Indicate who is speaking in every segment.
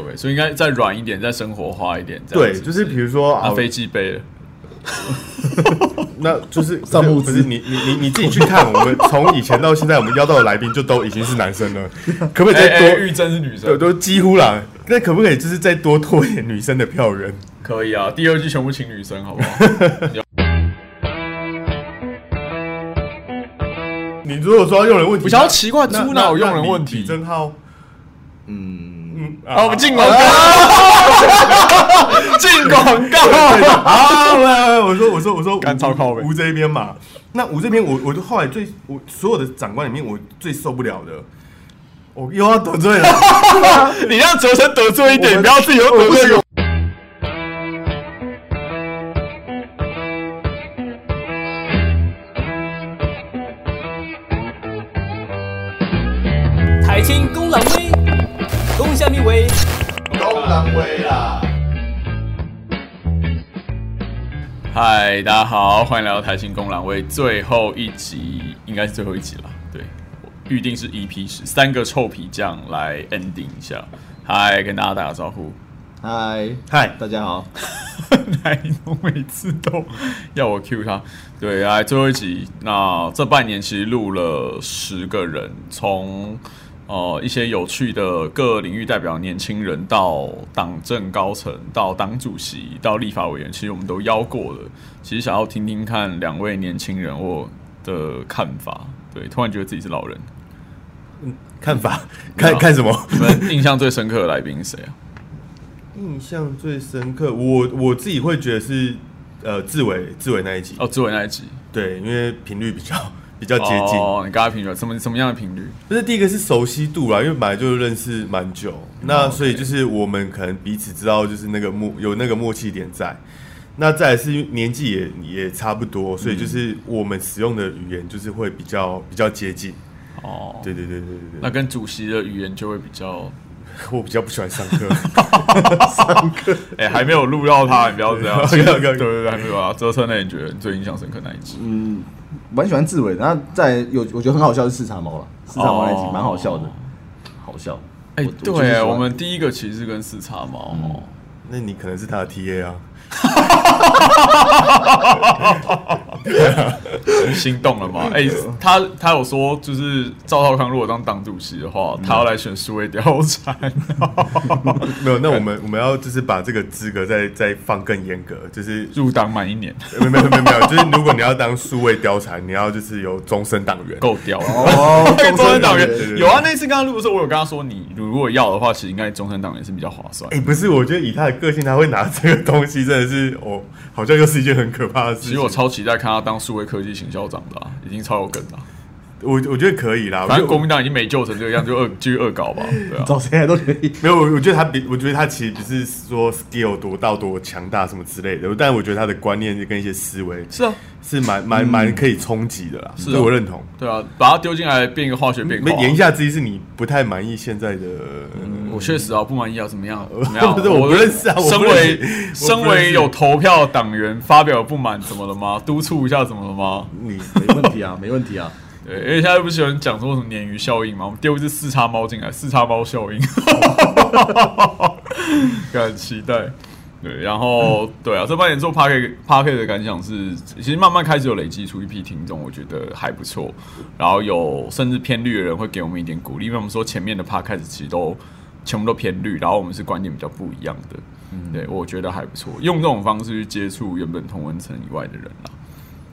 Speaker 1: 围，所以应该再软一点，再生活化一点。这样
Speaker 2: 对，
Speaker 1: 子
Speaker 2: 就是比如说啊
Speaker 1: 拿，飞机杯了，
Speaker 2: 那就是 不是
Speaker 3: 上木
Speaker 2: 不是
Speaker 3: 枝
Speaker 2: 你你你你自己去看，我们从以前到现在，我们邀到的来宾就都已经是男生 了，可不可以
Speaker 1: 哎
Speaker 2: 再
Speaker 1: 哎，
Speaker 2: 多？
Speaker 1: 玉珍是女
Speaker 2: 对，
Speaker 1: 生，
Speaker 2: 都几乎啦。那可不可以就是再多拖一点女生的票源？
Speaker 1: 可以啊。第二季全部请女生，好不好？
Speaker 2: 你如果说要用人问题，
Speaker 1: 我想要奇怪
Speaker 2: 那
Speaker 1: 猪
Speaker 2: 那
Speaker 1: 脑用
Speaker 2: 那
Speaker 1: 人
Speaker 2: 李
Speaker 1: 问题哦
Speaker 2: 李正浩，
Speaker 3: 嗯，
Speaker 2: 嗯，
Speaker 1: 好，我们进广告， 进广告。
Speaker 2: 好啊了，我说我说我说，
Speaker 1: 干超靠北
Speaker 2: 吴这边嘛，那吴这边我我就后来最我所有的长官里面我最受不了的，我又要得罪了，
Speaker 1: 你让哲生得罪一点，你
Speaker 2: 我们
Speaker 1: 不要自己又得罪我。
Speaker 4: 台青公狼威，公虾米威，
Speaker 1: 嗨，大家好，欢迎来到台新公狼为最后一集，应该是最后一集了。对，我预定是 EP 十三个臭皮匠来 ending 一下。嗨，跟大家打个招呼。
Speaker 3: 嗨，
Speaker 2: 嗨，
Speaker 3: 大家好，
Speaker 1: 来农每次都要我 Q 他。对，来最后一集，那这半年其实录了十个人，从呃一些有趣的各领域代表年轻人，到党政高层，到党主席，到立法委员，其实我们都邀过了。其实想要听听看两位年轻人我的看法。对，突然觉得自己是老 人。
Speaker 2: 看法看看什么？
Speaker 1: 你们印象最深刻的来宾是谁啊？
Speaker 2: 印象最深刻，我我自己会觉得是呃志伟志伟那一集，
Speaker 1: 哦，志伟那一集
Speaker 2: 对，因为频率比较 比较接近，
Speaker 1: 哦，你跟他评论什么什么样的频率？
Speaker 2: 不是第一个是熟悉度啦，因为本来就认识蛮久，
Speaker 1: 嗯
Speaker 2: 那所以就是我们可能彼此知道就是那个默有那个默契点在。那再来是年纪也也差不
Speaker 1: 嗯
Speaker 2: 多，所以就是我们使用的语言就是会比较比较接近。
Speaker 1: 哦，
Speaker 2: 对对对对对
Speaker 1: 那
Speaker 2: 对，
Speaker 1: 跟主席的语言就会比较，
Speaker 2: 我比较不喜欢上 课。
Speaker 1: 哎、还没有录到他，你不要这 样。
Speaker 2: OK，OK，OK
Speaker 1: 对对对，还没有啊。周深那你觉得你最印象深刻哪一集？
Speaker 3: 嗯，蛮喜欢志伟，然后再有我觉得很好笑是视察猫了，视察猫那集
Speaker 1: 哦
Speaker 3: 蛮好笑的，好笑。
Speaker 1: 哎、
Speaker 3: 我我就是喜
Speaker 1: 对，
Speaker 3: 欢
Speaker 1: 我们第一个其实是跟四叉猫、
Speaker 2: 嗯
Speaker 1: 哦
Speaker 2: 那你可能是他的 TA 啊？
Speaker 1: 心动了 吗？哎、
Speaker 2: 啊
Speaker 1: 他他有说，就是赵少康如果当党主席的话，他要来选数位貂蝉。
Speaker 2: 没有，那我们我们要就是把这个资格再再放更严格，就是
Speaker 1: 入党满一年，
Speaker 2: 没有没有没有没有，就是如果你要当数位貂蝉，你要就是有终身党 员。
Speaker 1: 够屌了。
Speaker 3: 哦，
Speaker 1: 终身党员
Speaker 2: 对对
Speaker 1: 有啊，那次跟他录的时候，我有跟他说，你如果要的话，其实应该终身党员是比较划算
Speaker 2: 哎、。不是，我觉得以他的个性，他会拿这个东西，真的是哦，好像又是一件很可怕的事
Speaker 1: 其
Speaker 2: 情。
Speaker 1: 实我超期待看他当数位科技行销长的、啊，已经超有梗了、
Speaker 2: 我我觉得可以哎啦，我
Speaker 1: 反
Speaker 2: 觉得
Speaker 1: 正国民党已经没救成这个样，就恶继续恶搞吧，对啊。
Speaker 3: 找谁来都可以。
Speaker 2: 没有，我我觉得他比，我觉得他其实不是说 skill 多到多强大什么之类的，但我觉得他的观念跟一些思维
Speaker 1: 是啊，
Speaker 2: 是蛮蛮蛮可以冲击的啦，
Speaker 1: 是啊
Speaker 2: 这我认同。
Speaker 1: 对啊，把它丢进来变一个啊化学变化
Speaker 2: 没。言下之意是你不太满意现在的，
Speaker 1: 我确实啊，不满意啊，怎么 样？怎么样？
Speaker 2: 不是我不认识啊我
Speaker 1: 身
Speaker 2: 不认识
Speaker 1: 为
Speaker 2: 我不
Speaker 1: 身
Speaker 2: 认
Speaker 1: 为
Speaker 2: 识
Speaker 1: 有投票党员发表不满，怎么了吗？督促一下怎么了吗？
Speaker 3: 你没问题啊， 没问题啊。
Speaker 1: 对，因为现在不是喜欢讲说什么鲶鱼效应嘛，我们丢一只四叉猫进来，四叉猫效应，很期待。对，然后对啊，这半年做 p a r k p a r k 的感想是，其实慢慢开始有累积出一批听众，我觉得还不错。然后有甚至偏绿的人会给我们一点鼓励，因为我们说前面的 p a r k 其实都全部都偏绿，然后我们是观点比较不一样的。
Speaker 2: 嗯
Speaker 1: 对，我觉得还不错，用这种方式去接触原本同文层以外的人啦。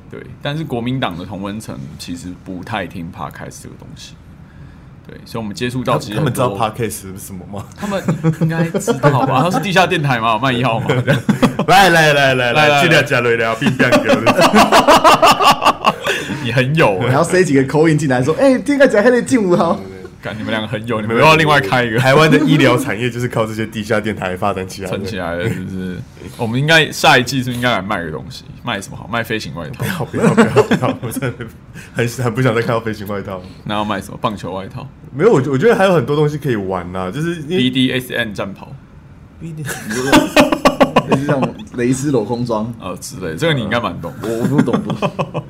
Speaker 1: 对，但是国民党的同温层其实不太听 podcast 这个东西。对，所以我们接触到其实
Speaker 2: 他们知道
Speaker 1: 很多
Speaker 2: podcast 是什么吗？
Speaker 1: 他们应该知道吧？他是地下电台嘛，有卖一 号嘛。这样
Speaker 2: 来来来
Speaker 1: 来
Speaker 2: 来
Speaker 1: 来
Speaker 2: 来，尽量加瑞聊，并变 哥。
Speaker 1: 你很有
Speaker 3: 然
Speaker 1: 欸，
Speaker 3: 后塞几个口音进来说，哎，今天讲黑的进五 哦号，
Speaker 1: 感你们两个很有，你们要另外开一个
Speaker 2: 台湾的医疗产业就是靠这些地下电台发展起来的
Speaker 1: 撑。起来了，是不是？我们应该下一季是不是应该来卖个东西，卖什么好？卖飞行 外套，
Speaker 2: 好，不要不要不要！ 我真的很很不想再看到飞行外套。
Speaker 1: 那要卖什么？棒球外套
Speaker 2: 没有，我觉我觉得还有很多东西可以玩呐、就是因为
Speaker 1: ，BDSN 战袍，
Speaker 3: 类似像蕾丝镂空装，
Speaker 1: 呃之类的，这个你应该蛮懂，
Speaker 2: 嗯
Speaker 3: 我我不懂不懂。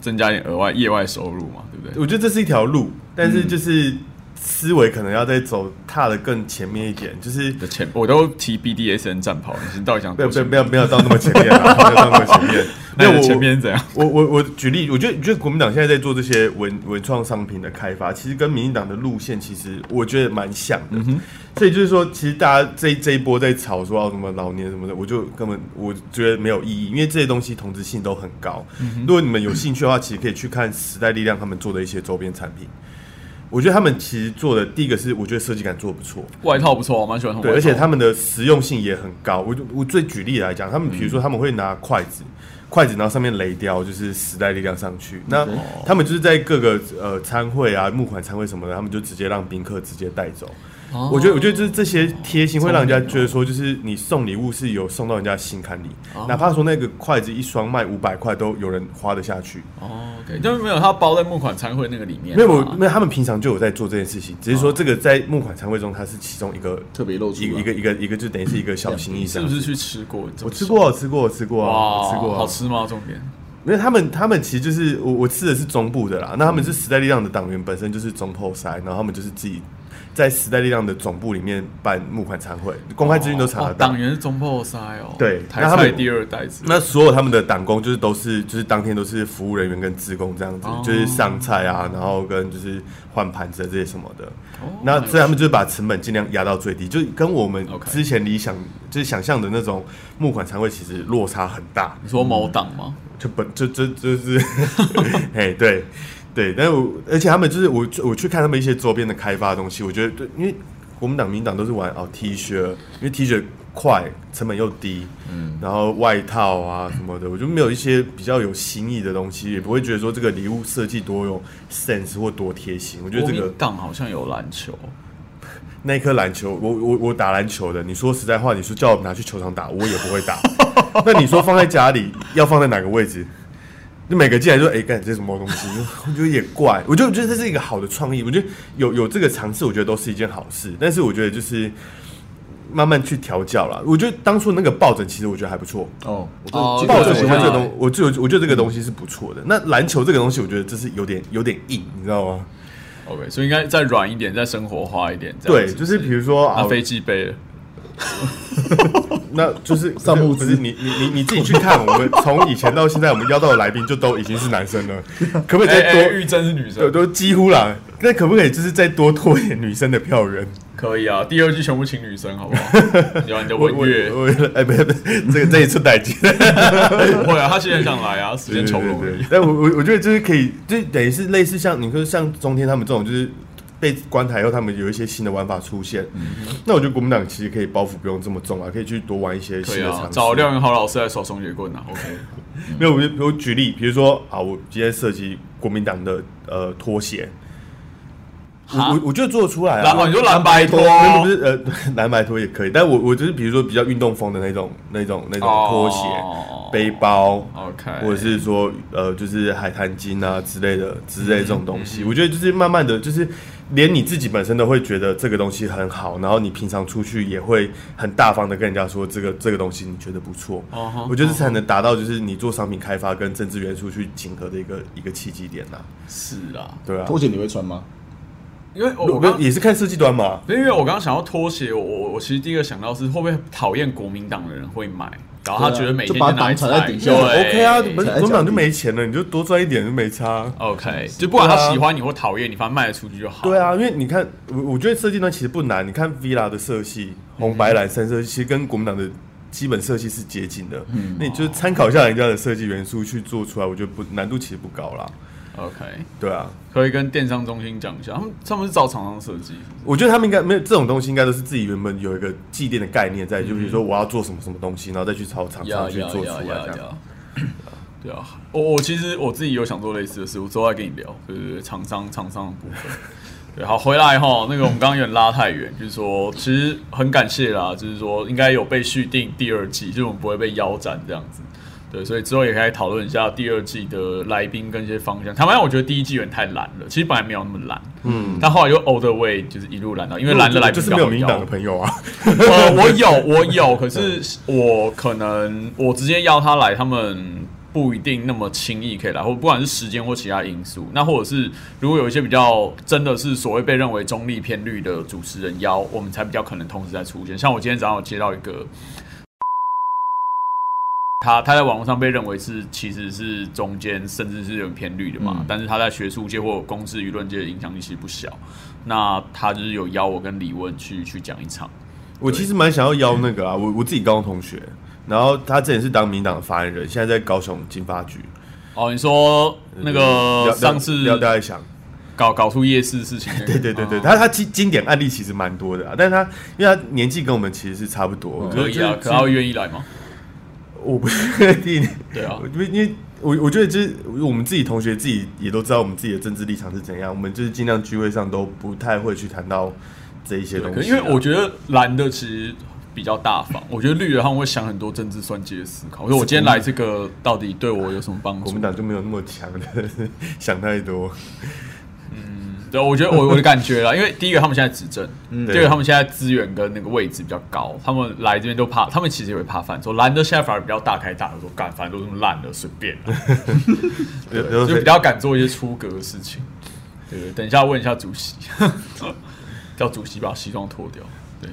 Speaker 1: 增加一点额外业外收入嘛，对不对？
Speaker 2: 嗯我觉得这是一条路，但是就是思维可能要再走踏的更前面一点，就是
Speaker 1: 的前我都提 BDSN 战袍，你是到底想
Speaker 2: 没有
Speaker 1: 多
Speaker 2: 没有
Speaker 1: 前
Speaker 2: 没有没有到那么前面 啊，没有到那么前面，
Speaker 1: 那你
Speaker 2: 没有
Speaker 1: 的
Speaker 2: 我
Speaker 1: 前面是怎样？
Speaker 2: 我我我举例，我觉得，我觉得国民党现在在做这些文文创商品的开发，其实跟民进党的路线其实我觉得蛮像的。所以就是说，其实大家这这一波在吵说啊什么老年什么的，我就根本我觉得没有意义，因为这些东西同质性都很高。如果你们有兴趣的话，其实可以去看时代力量他们做的一些周边产品。我觉得他们其实做的第一个是，我觉得设计感做得不错，
Speaker 1: 外套不错，我蛮喜欢穿
Speaker 2: 对，
Speaker 1: 外套。
Speaker 2: 而且他们的实用性也很高。我就我最举例来讲，他
Speaker 1: 嗯
Speaker 2: 们比如说他们会拿筷子，筷子然后上面雷雕就是时代力量上去。那
Speaker 1: 嗯
Speaker 2: 他们就是在各个呃餐会啊、募款餐会什么的，他们就直接让宾客直接带走。
Speaker 1: 哦
Speaker 2: 我觉得，我觉得就是这些贴心会让人家觉得说，就是你送礼物是有送到人家心坎里，
Speaker 1: 哦
Speaker 2: 哪怕说那个筷子一双卖五百块，都有人花得下去。
Speaker 1: 哦，OK，但是没有他包在募款餐会那个里面啊，
Speaker 2: 没有，没有，他们平常就有在做这件事情，只
Speaker 1: 哦
Speaker 2: 是说这个在募款餐会中，它是其中一个
Speaker 3: 特别露出
Speaker 2: 一个
Speaker 3: 来
Speaker 2: 一个一个一个，就等于是一个小心意
Speaker 1: 啊是
Speaker 2: 上。
Speaker 1: 不是去吃过？
Speaker 2: 我吃过，吃过，吃过啊，
Speaker 1: 哇，
Speaker 2: 吃过啊，
Speaker 1: 好吃吗？重点
Speaker 2: 因为他们他们其实就是我我吃的是中部的
Speaker 1: 嗯
Speaker 2: 啦，那他们是时代力量的党员，本身就是中后塞，然后他们就是自己在时代力量的总部里面办募款餐会，公开资讯都查
Speaker 1: 哦
Speaker 2: 得
Speaker 1: 哇
Speaker 2: 到。
Speaker 1: 党员是中破塞哦，
Speaker 2: 啊对
Speaker 1: 台
Speaker 2: 那他
Speaker 1: 菜
Speaker 2: 们
Speaker 1: 第二代子，
Speaker 2: 那所有他们的党工就是都是就是当天都是服务人员跟职工这样子，
Speaker 1: 哦
Speaker 2: 就是上菜啊，然后跟就是换盘子啊这些什么的。
Speaker 1: 哦
Speaker 2: 那所以他们就是把成本尽量压到最低，就是跟我们
Speaker 1: OK
Speaker 2: 之前理想就是想象的那种募款餐会其实落差很大。
Speaker 1: 你说某党吗？
Speaker 2: 就本就就就是， 哎，对对，但是我而且他们就是我我去看他们一些周边的开发的东西，我觉得对，因为国民党、民进党都是玩哦 T 恤，因为 T 恤快，成本又低，嗯，然后外套啊什么的，我就没有一些比较有新意的东西，也不会觉得说这个礼物设计多有 sense 或多贴心。我觉得
Speaker 1: 国
Speaker 2: 这
Speaker 1: 民
Speaker 2: 个
Speaker 1: 党好像有篮球，
Speaker 2: 那一颗篮球，我我我打篮球的，你说实在话，你说叫我拿去球场打，我也不会打。 那你说放在家里要放在哪个位置？你每个进来就哎，干、这是什么东西？ 我觉得也怪，我就我觉得这是一个好的创意，我觉得有有这个尝试，我觉得都是一件好事。但是我觉得就是慢慢去调教啦。我觉得当初那个抱枕，其实我觉得还不错，
Speaker 3: 哦，
Speaker 1: 哦抱
Speaker 3: 我
Speaker 2: 抱
Speaker 1: 着
Speaker 2: 枕我
Speaker 3: 最喜
Speaker 2: 觉
Speaker 1: 看
Speaker 2: 得
Speaker 3: 欢
Speaker 2: 这
Speaker 1: 到
Speaker 2: 个东，我就我觉得这个东西是不错的。那篮球这个东西，我觉得这是有点有点硬，你知道吗？
Speaker 1: OK，所以应该再软一点，再生活化一点。这样
Speaker 2: 对，
Speaker 1: 子
Speaker 2: 就是比如说啊
Speaker 1: 拿，飞机杯了，
Speaker 2: 那就是
Speaker 3: 上木
Speaker 2: 不是
Speaker 3: 之
Speaker 2: 你你你你自己去看，我们从以前到现在，我们邀到的来宾就都已经是男生了，可不可以
Speaker 1: 哎
Speaker 2: 再多？
Speaker 1: 哎，玉珍是女
Speaker 2: 对，
Speaker 1: 生，
Speaker 2: 都几乎啦。那可不可以就是再多拓一点女生的票源？
Speaker 1: 可以啊。第二句全部请女生，好不 好？有啊你的
Speaker 2: 我
Speaker 1: 文
Speaker 2: 我
Speaker 1: 乐，
Speaker 2: 我哎，不是不是，这个 这一出代金，
Speaker 1: 不会啊，他现在想来啊，时间
Speaker 2: 对
Speaker 1: 从
Speaker 2: 对
Speaker 1: 容而
Speaker 2: 对
Speaker 1: 已。
Speaker 2: 但我我我觉得就是可以，就等于是类似像你说像中天他们这种，就是被关台后，他们有一些新的玩法出现。
Speaker 1: 嗯
Speaker 2: 那我觉得国民党其实可以包袱不用这么重啊，可以去多玩一些
Speaker 1: 可
Speaker 2: 新
Speaker 1: 以
Speaker 2: 的
Speaker 1: 啊
Speaker 2: 尝，试。
Speaker 1: 找廖元豪老师来耍双节棍啊。OK，
Speaker 2: 没有，我就我举例，比如说啊，我今天设计国民党的呃拖鞋，我
Speaker 1: 哈
Speaker 2: 我我就做得出来
Speaker 1: 蓝哦，
Speaker 2: 啊
Speaker 1: 你。说蓝白拖，
Speaker 2: 那不是呃蓝白拖也可以，但我我就是比如说比较运动风的那种那种那种拖鞋、
Speaker 1: 哦
Speaker 2: 背包
Speaker 1: OK
Speaker 2: 或者是说呃就是海滩巾啊之类的之类这种东
Speaker 1: 嗯
Speaker 2: 西，我觉得就是慢慢的就是连你自己本身都会觉得这个东西很好，然后你平常出去也会很大方的跟人家说这个这个东西你觉得不错，
Speaker 1: 哦吼
Speaker 2: 我觉得这才能达到就是你做商品开发跟政治元素去结合的一个一个契机点呐、
Speaker 1: 是啊，
Speaker 2: 对啊，
Speaker 3: 拖鞋你会穿吗？
Speaker 1: 因为我
Speaker 2: 我
Speaker 1: 我刚
Speaker 2: 们也是看设计端嘛，
Speaker 1: 因为我刚刚想要拖鞋，我我我其实第一个想到是会不会讨厌国民党的人会买，然后他
Speaker 3: 对啊
Speaker 1: 觉得每天
Speaker 3: 就把它
Speaker 1: 拿一
Speaker 3: 挡
Speaker 1: 次
Speaker 3: 踩在
Speaker 1: 来
Speaker 3: 底下
Speaker 1: 对
Speaker 2: OK 啊，不是
Speaker 3: 才
Speaker 2: 国民党
Speaker 3: 讲
Speaker 2: 就
Speaker 3: 理
Speaker 2: 没钱了，你就多赚一点就没差。
Speaker 1: OK，就不管他
Speaker 2: 对啊
Speaker 1: 喜欢你或讨厌你，反正卖得出去就好。
Speaker 2: 对啊，因为你看，我我觉得设计端其实不难。你看 Villa 的色系，红白蓝三色系，其实跟国民党的基本色系是接近的。嗯，那你就参考一下人家的设计元素去做出来，我觉得不难度其实不高啦。
Speaker 1: ，OK，
Speaker 2: 对啊，
Speaker 1: 可以跟电商中心讲一下，他们他们是找厂商设计，
Speaker 2: 我觉得他们应该没有这种东西，应该都是自己原本有一个祭奠的概念在，就比如说我要做什么什么东西，然后再去朝厂商去做出来这样。。
Speaker 1: 对啊，我我其实我自己有想做类似的事，我之后再跟你聊，对对对，厂商厂商的部分。 对，好，回来哈，那个我们刚刚有点拉太远，就是说，其实很感谢啦，就是说应该有被续订第二季，就是我们不会被腰斩这样子。对，所以之后也可以讨论一下第二季的来宾跟一些方向。坦白讲，我觉得第一季有点太懒了，其实本来没有那么懒，嗯，但后来就 all the way 就是一路懒到，因为懒的来
Speaker 2: 就
Speaker 1: 宾
Speaker 2: 是没有
Speaker 1: 刚好
Speaker 2: 民
Speaker 1: 邀
Speaker 2: 党的朋友啊，
Speaker 1: 呃，我有，我有，可是我可能我直接邀他来，他们不一定那么轻易可以来，或不管是时间或其他因素，那或者是如果有一些比较真的是所谓被认为中立偏绿的主持人邀，我们才比较可能同时在出现。像我今天早上有接到一个。他他在网络上被认为是其实是中间甚至是有点偏绿的嘛，
Speaker 5: 嗯
Speaker 1: 但是他在学术界或公知舆论界的影响力其实不小。那他就是有邀我跟李问去去讲一场，
Speaker 2: 我其实蛮想要邀那个啊，我我自己高中同学，然后他之前是当民党的发言人，现在在高雄经发局。
Speaker 1: 哦，你说那个
Speaker 2: 廖
Speaker 1: 上次
Speaker 2: 廖廖代祥，
Speaker 1: 搞搞出夜市事情那个，
Speaker 2: 对对对对，
Speaker 1: 哦
Speaker 2: 他他经经典案例其实蛮多的啊，但是他因为他年纪跟我们其实是差不多，我觉得
Speaker 1: 可以啊，
Speaker 2: 就是
Speaker 1: 可他会愿意来吗？
Speaker 2: 我不确定，
Speaker 1: 对啊
Speaker 2: 我 因为因为我我觉得就是我们自己同学自己也都知道我们自己的政治立场是怎样，我们就是尽量聚会上都不太会去谈到这一些
Speaker 1: 对
Speaker 2: 东
Speaker 1: 可
Speaker 2: 西啊，
Speaker 1: 因为我觉得蓝的其实比较大方，我觉得绿的他们会想很多政治算计的思考。我说我今天来这个到底对我有什么帮
Speaker 2: 国
Speaker 1: 助
Speaker 2: 民？党就没有那么强的 想太多，
Speaker 1: 对，我觉得我我的感觉 啦，因为第一个他们现在执政，第二
Speaker 2: 嗯对
Speaker 1: 个他们现在资源跟那个位置比较高，他们来这边都怕，他们其实也会怕犯错。蓝的现在反而比较大开大合，说干，反正都这么烂的，随便啦，
Speaker 2: 有有
Speaker 1: 就比较敢做一些出格的事情。对对，等一下问一下主席， 叫主席把西装脱掉。对，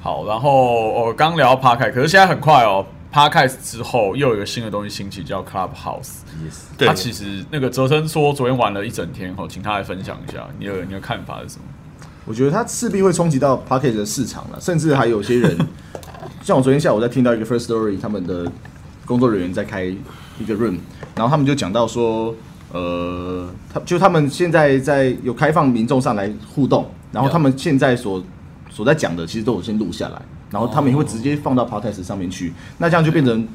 Speaker 1: 好，然后我刚聊 p a r k 可是现在很快哦 p a r k 之后又有一个新的东西兴起，叫 Clubhouse。
Speaker 2: 对
Speaker 1: 他其实那个哲生说昨天玩了一整天哦，请他来分享一下你的你的看法是什么？
Speaker 3: 我觉得它势必会冲击到 p a c k a g e 的市场了，甚至还有些人，像我昨天下午在听到一个 First Story 他们的工作人员在开一个 room，然后他们就讲到说，呃，他就他们现在在有开放民众上来互动，然后他们现在所所在讲的其实都有先录下来，然后他们也会直接放到 podcast 上面去，那这样就变成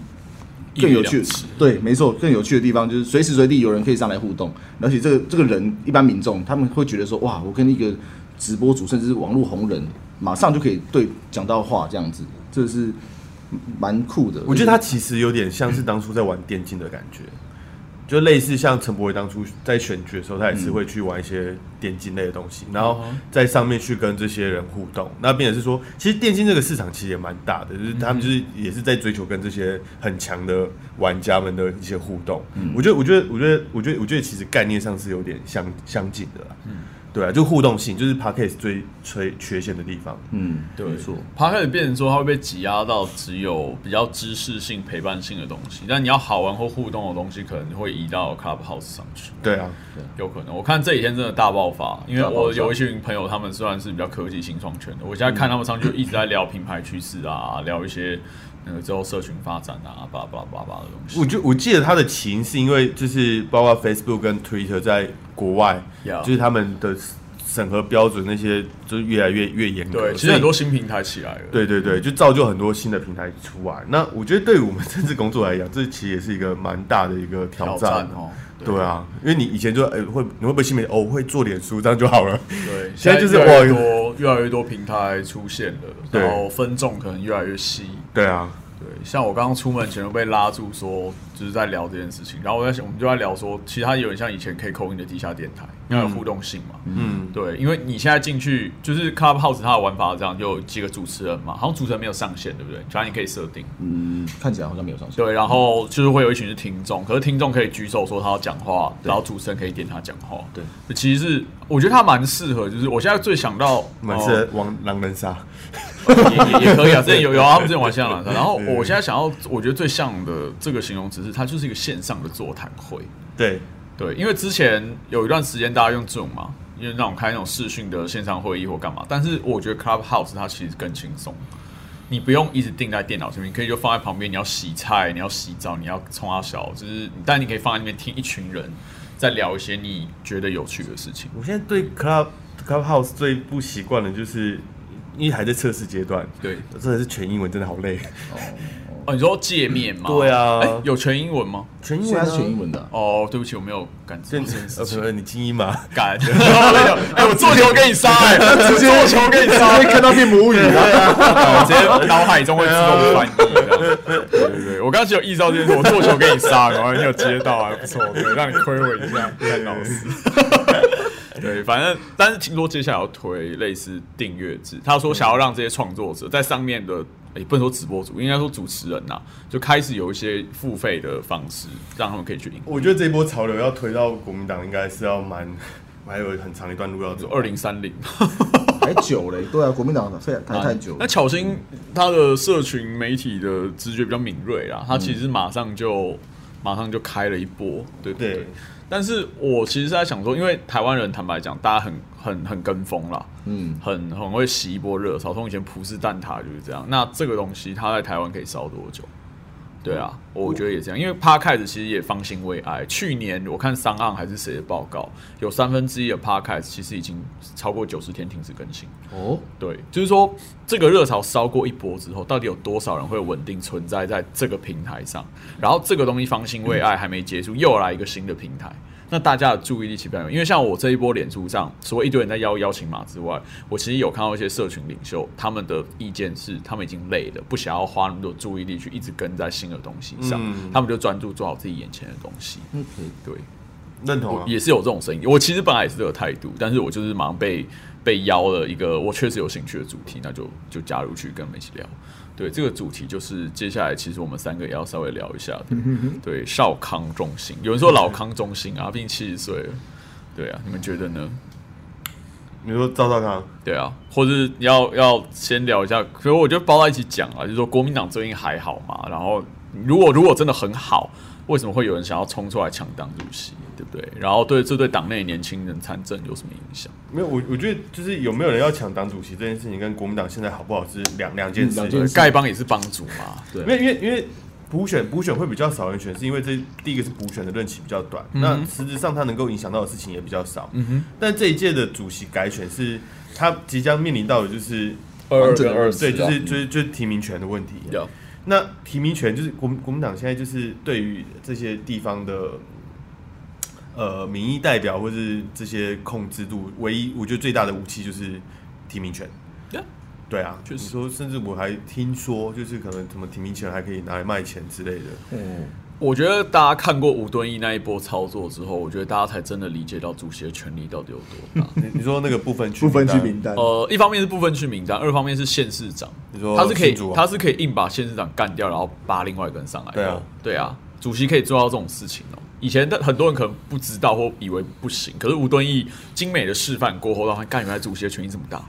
Speaker 3: 更有
Speaker 1: 一
Speaker 3: 趣
Speaker 1: 语两吃。
Speaker 3: 对，没错，更有趣的地方就是随时随地有人可以上来互动，而且这个这个人一般民众他们会觉得说，哇，我跟一个直播主甚至是网络红人，马上就可以对讲到话这样子，这是蛮酷的。
Speaker 2: 我觉得他其实有点像是当初在玩电竞的感觉，就类似像陈柏惟当初在选举的时候，他也是会去玩一些电竞类的东西，然后在上面去跟这些人互动。那边也是说，其实电竞这个市场其实也蛮大的，就是他们就是也是在追求跟这些很强的玩家们的一些互动。我觉得，我觉得，我觉得，我觉得，我觉得其实概念上是有点相相近的啦。对啊，就互动性，就是 p a r k a s 最缺缺陷的地方。
Speaker 3: 嗯，
Speaker 1: 对，
Speaker 3: 没错。。
Speaker 1: 他开始变成说，他会被挤压到只有比较知识性、陪伴性的东西，但你要好玩或互动的东西，可能会移到 Clubhouse 上去。
Speaker 2: 对啊，
Speaker 1: 有可能，我看这几天真的大爆发，因为
Speaker 3: 大爆发
Speaker 1: 我有一群朋友，他们虽然是比较科技新创圈的，我现在看他们上去就一直在聊品牌趋势啊，聊一些那个之后社群发展啊，巴拉巴拉巴拉巴拉的东西。
Speaker 2: 我就我记得它的起因是因为就是包括 Facebook 跟 Twitter 在国外
Speaker 1: Yeah
Speaker 2: 就是他们的审核标准那些就是越来越越严格，
Speaker 1: 对，其实
Speaker 2: 所以
Speaker 1: 很多新平台起来了。
Speaker 2: 对对对，就造就很多新的平台出来。那我觉得对于我们政治工作来讲，这其实也是一个蛮大的一个挑
Speaker 1: 挑
Speaker 2: 战
Speaker 1: 战哦，
Speaker 2: 对啊，因为你以前就哎、会你会不会心里哦我会做脸书这样就好了，
Speaker 1: 对，
Speaker 2: 现在就是
Speaker 1: 越来越
Speaker 2: 哇
Speaker 1: 多越来越多平台出现了，
Speaker 2: 对
Speaker 1: 然后分众可能越来越细。
Speaker 2: 对啊，
Speaker 1: 对，像我刚刚出门前就被拉住说，就是在聊这件事情，然后我在想，我们就在聊说，其实它有点像以前可以扣音的地下电台，因为有互动性嘛。
Speaker 2: 嗯，
Speaker 1: 对，因为你现在进去就是 Clubhouse 它的玩法是这样，就有几个主持人嘛，好像主持人没有上限，对不对？反正你可以设定。
Speaker 3: 嗯，看起来好像没有上线。
Speaker 1: 对，然后就是会有一群是听众，可是听众可以举手说他要讲话，然后主持人可以点他讲话。
Speaker 3: 对，
Speaker 1: 其实是我觉得他蛮适合，就是我现在最想到
Speaker 2: 蛮
Speaker 1: 呃
Speaker 2: 是王狼人杀，
Speaker 1: 也也也可以啊，之前有有啊，他们之前玩线上狼人杀。然后我现在想要，我觉得最像的这个形容词是，它就是一个线上的座谈会。
Speaker 2: 对
Speaker 1: 对，因为之前有一段时间大家用 Zoom 嘛，因为那种开那种视讯的线上会议或干嘛，但是我觉得 Clubhouse 它其实更轻松，你不用一直定在电脑前面，你可以就放在旁边，你要洗菜，你要洗澡，你要冲啊小，就是但你可以放在那边听一群人在聊一些你觉得有趣的事情。
Speaker 2: 我现在对 Club Clubhouse 最不习惯的就是，因为还在测试阶段，
Speaker 1: 对，
Speaker 2: 真的是全英文，真的好累。
Speaker 1: 哦，你说界面吗？
Speaker 2: 对啊
Speaker 1: 哎，有全英文吗？
Speaker 2: 全
Speaker 3: 现在是全英文的啊，
Speaker 1: 哦，对不起，我没有感知到
Speaker 2: 正
Speaker 1: 这件
Speaker 2: 常
Speaker 1: 事
Speaker 2: 呃，
Speaker 1: 情
Speaker 2: 不。是你精英嘛？
Speaker 1: 干！哎，我做球给你杀，哎，我做球给你杀，
Speaker 3: 直接看到变母语了。
Speaker 1: 我直接脑海中会自动翻译这样。对对对，我刚刚只有意识到这件事，我做球给你杀，然后你有接到，还不错，对，让你亏我一下，看老师。对，反正但是听说接下来要推类似订阅制，他说想要让这些创作者在上面的也不能说直播主，应该说主持人呐、就开始有一些付费的方式，让他们可以去赢。
Speaker 2: 我觉得这一波潮流要推到国民党，应该是要蛮，还有很长一段路要走。
Speaker 1: 二零三零，
Speaker 3: 还 久嘞，对啊，国民党太太太久
Speaker 1: 那
Speaker 2: 啊
Speaker 3: 了，
Speaker 1: 巧心他的社群媒体的直觉比较敏锐
Speaker 3: 嗯
Speaker 1: 啊，他其实马上就、马上就开了一波，对对对
Speaker 2: 对。
Speaker 1: 但是我其实是在想说，因为台湾人坦白讲，大家很很很跟风啦，
Speaker 3: 嗯，
Speaker 1: 很很会洗一波热潮。从以前葡式蛋挞就是这样。那这个东西它在台湾可以烧多久？对啊，
Speaker 3: 哦
Speaker 1: 我觉得也这样，因为 Podcast 其实也方兴未艾。去年我看商岸还是谁的报告，有三分之一的 Podcast 其实已经超过九十天停止更新。
Speaker 3: 哦，
Speaker 1: 对，就是说这个热潮烧过一波之后，到底有多少人会稳定存在在这个平台上？然后这个东西方兴未艾还没结束，又来一个新的平台。那大家的注意力岂不是？因为像我这一波脸书上，除了一堆人在邀邀请码之外，我其实有看到一些社群领袖，他们的意见是，他们已经累了，不想要花那么多注意力去一直跟在新的东西上，
Speaker 2: 嗯
Speaker 1: 他们就专注做好自己眼前的东西。对，
Speaker 2: 认同啊，
Speaker 1: 也是有这种声音。我其实本来也是这个态度，但是我就是马上被被邀了一个我确实有兴趣的主题，那就就加入去跟他们一起聊。对，这个主题就是接下来其实我们三个也要稍微聊一下的。对，少康中心，有人说老康中心啊，毕竟七十岁了。对啊，你们觉得呢？
Speaker 2: 你说赵少康，
Speaker 1: 对啊，或者是要要先聊一下，可是我觉得包在一起讲啊，就是说国民党最近还好嘛，然后如果如果真的很好，为什么会有人想要冲出来抢党主席，对不对？然后对这对党内年轻人参政有什么影响？
Speaker 2: 没有我，我觉得就是有没有人要抢党主席这件事情，跟国民党现在好不好是两两件
Speaker 3: 嗯
Speaker 2: 事
Speaker 3: 两。件
Speaker 1: 对
Speaker 3: 事
Speaker 1: 丐帮也是帮主嘛，
Speaker 3: 对
Speaker 2: 因为因为因为补选补选会比较少人选，是因为这第一个是补选的任期比较短，
Speaker 3: 嗯
Speaker 2: 那实质上它能够影响到的事情也比较少。嗯
Speaker 1: 哼。
Speaker 2: 但这一届的主席改选是，他即将面临到的就是
Speaker 1: 二
Speaker 3: 整
Speaker 1: 跟
Speaker 3: 个
Speaker 1: 二
Speaker 2: 对，
Speaker 3: 啊
Speaker 2: 就是就是就是提名权的问题。
Speaker 1: 要
Speaker 2: 那提名权就是国民国民党现在就是对于这些地方的呃民意代表或是这些控制度，唯一我觉得最大的武器就是提名权。
Speaker 1: Yeah
Speaker 2: 对啊，
Speaker 1: 确实
Speaker 2: 你说，甚至我还听说，就是可能什么提名权还可以拿来卖钱之类的。
Speaker 1: 我觉得大家看过吴敦义那一波操作之后，我觉得大家才真的理解到主席的权力到底有多大。
Speaker 2: 你你说那个部分区
Speaker 3: 不分区
Speaker 2: 单
Speaker 3: 名单，
Speaker 1: 呃，一方面是部分区名单，二方面是县市长
Speaker 2: 你，说
Speaker 1: 他是可以
Speaker 2: 新竹，啊
Speaker 1: 他是可以硬把县市长干掉，然后扒另外一个人上来。
Speaker 2: 对啊，
Speaker 1: 对啊，主席可以做到这种事情哦。以前的很多人可能不知道或以为不行，可是吴敦义精美的示范过后，让他干，原来主席的权力这么大。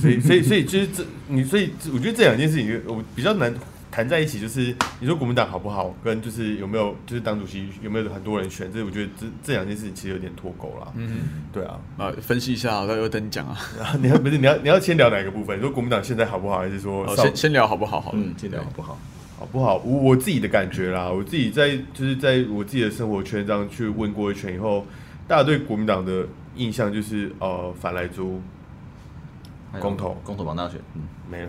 Speaker 2: 所以所以所以就是这你所以我觉得这两件事情我比较难谈在一起，就是你说国民党好不好，跟就是有没有就是党主席有没有很多人选，这我觉得这这两件事情其实有点脱钩啦。嗯，对啊，
Speaker 1: 啊，分析一下，待会等你讲啊。
Speaker 2: 然后你要不是你要你要先聊哪个部分？你说国民党现在好不好，还是说
Speaker 1: 好
Speaker 2: 少
Speaker 1: 呃哦先先聊好不好？好了，
Speaker 3: 嗯，尽量好不好？
Speaker 2: 好不好？我我自己的感觉啦，我自己在就是在我自己的生活圈这样去问过一圈以后，大家对国民党的印象就是呃反来租公投
Speaker 3: 公投榜大选，嗯，
Speaker 2: 没了，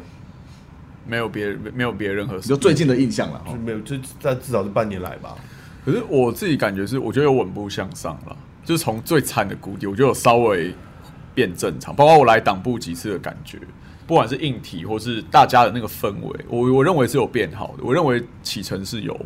Speaker 1: 没有别没有别任何事。
Speaker 3: 就最近的印象了，
Speaker 2: 就
Speaker 3: 哦
Speaker 2: 没有，就在至少是半年来吧。
Speaker 1: 可是我自己感觉是，我觉得有稳步向上了，就是从最惨的谷底，我觉得有稍微变正常，包括我来党部几次的感觉，不管是硬体或是大家的那个氛围，我我认为是有变好的，我认为启程是有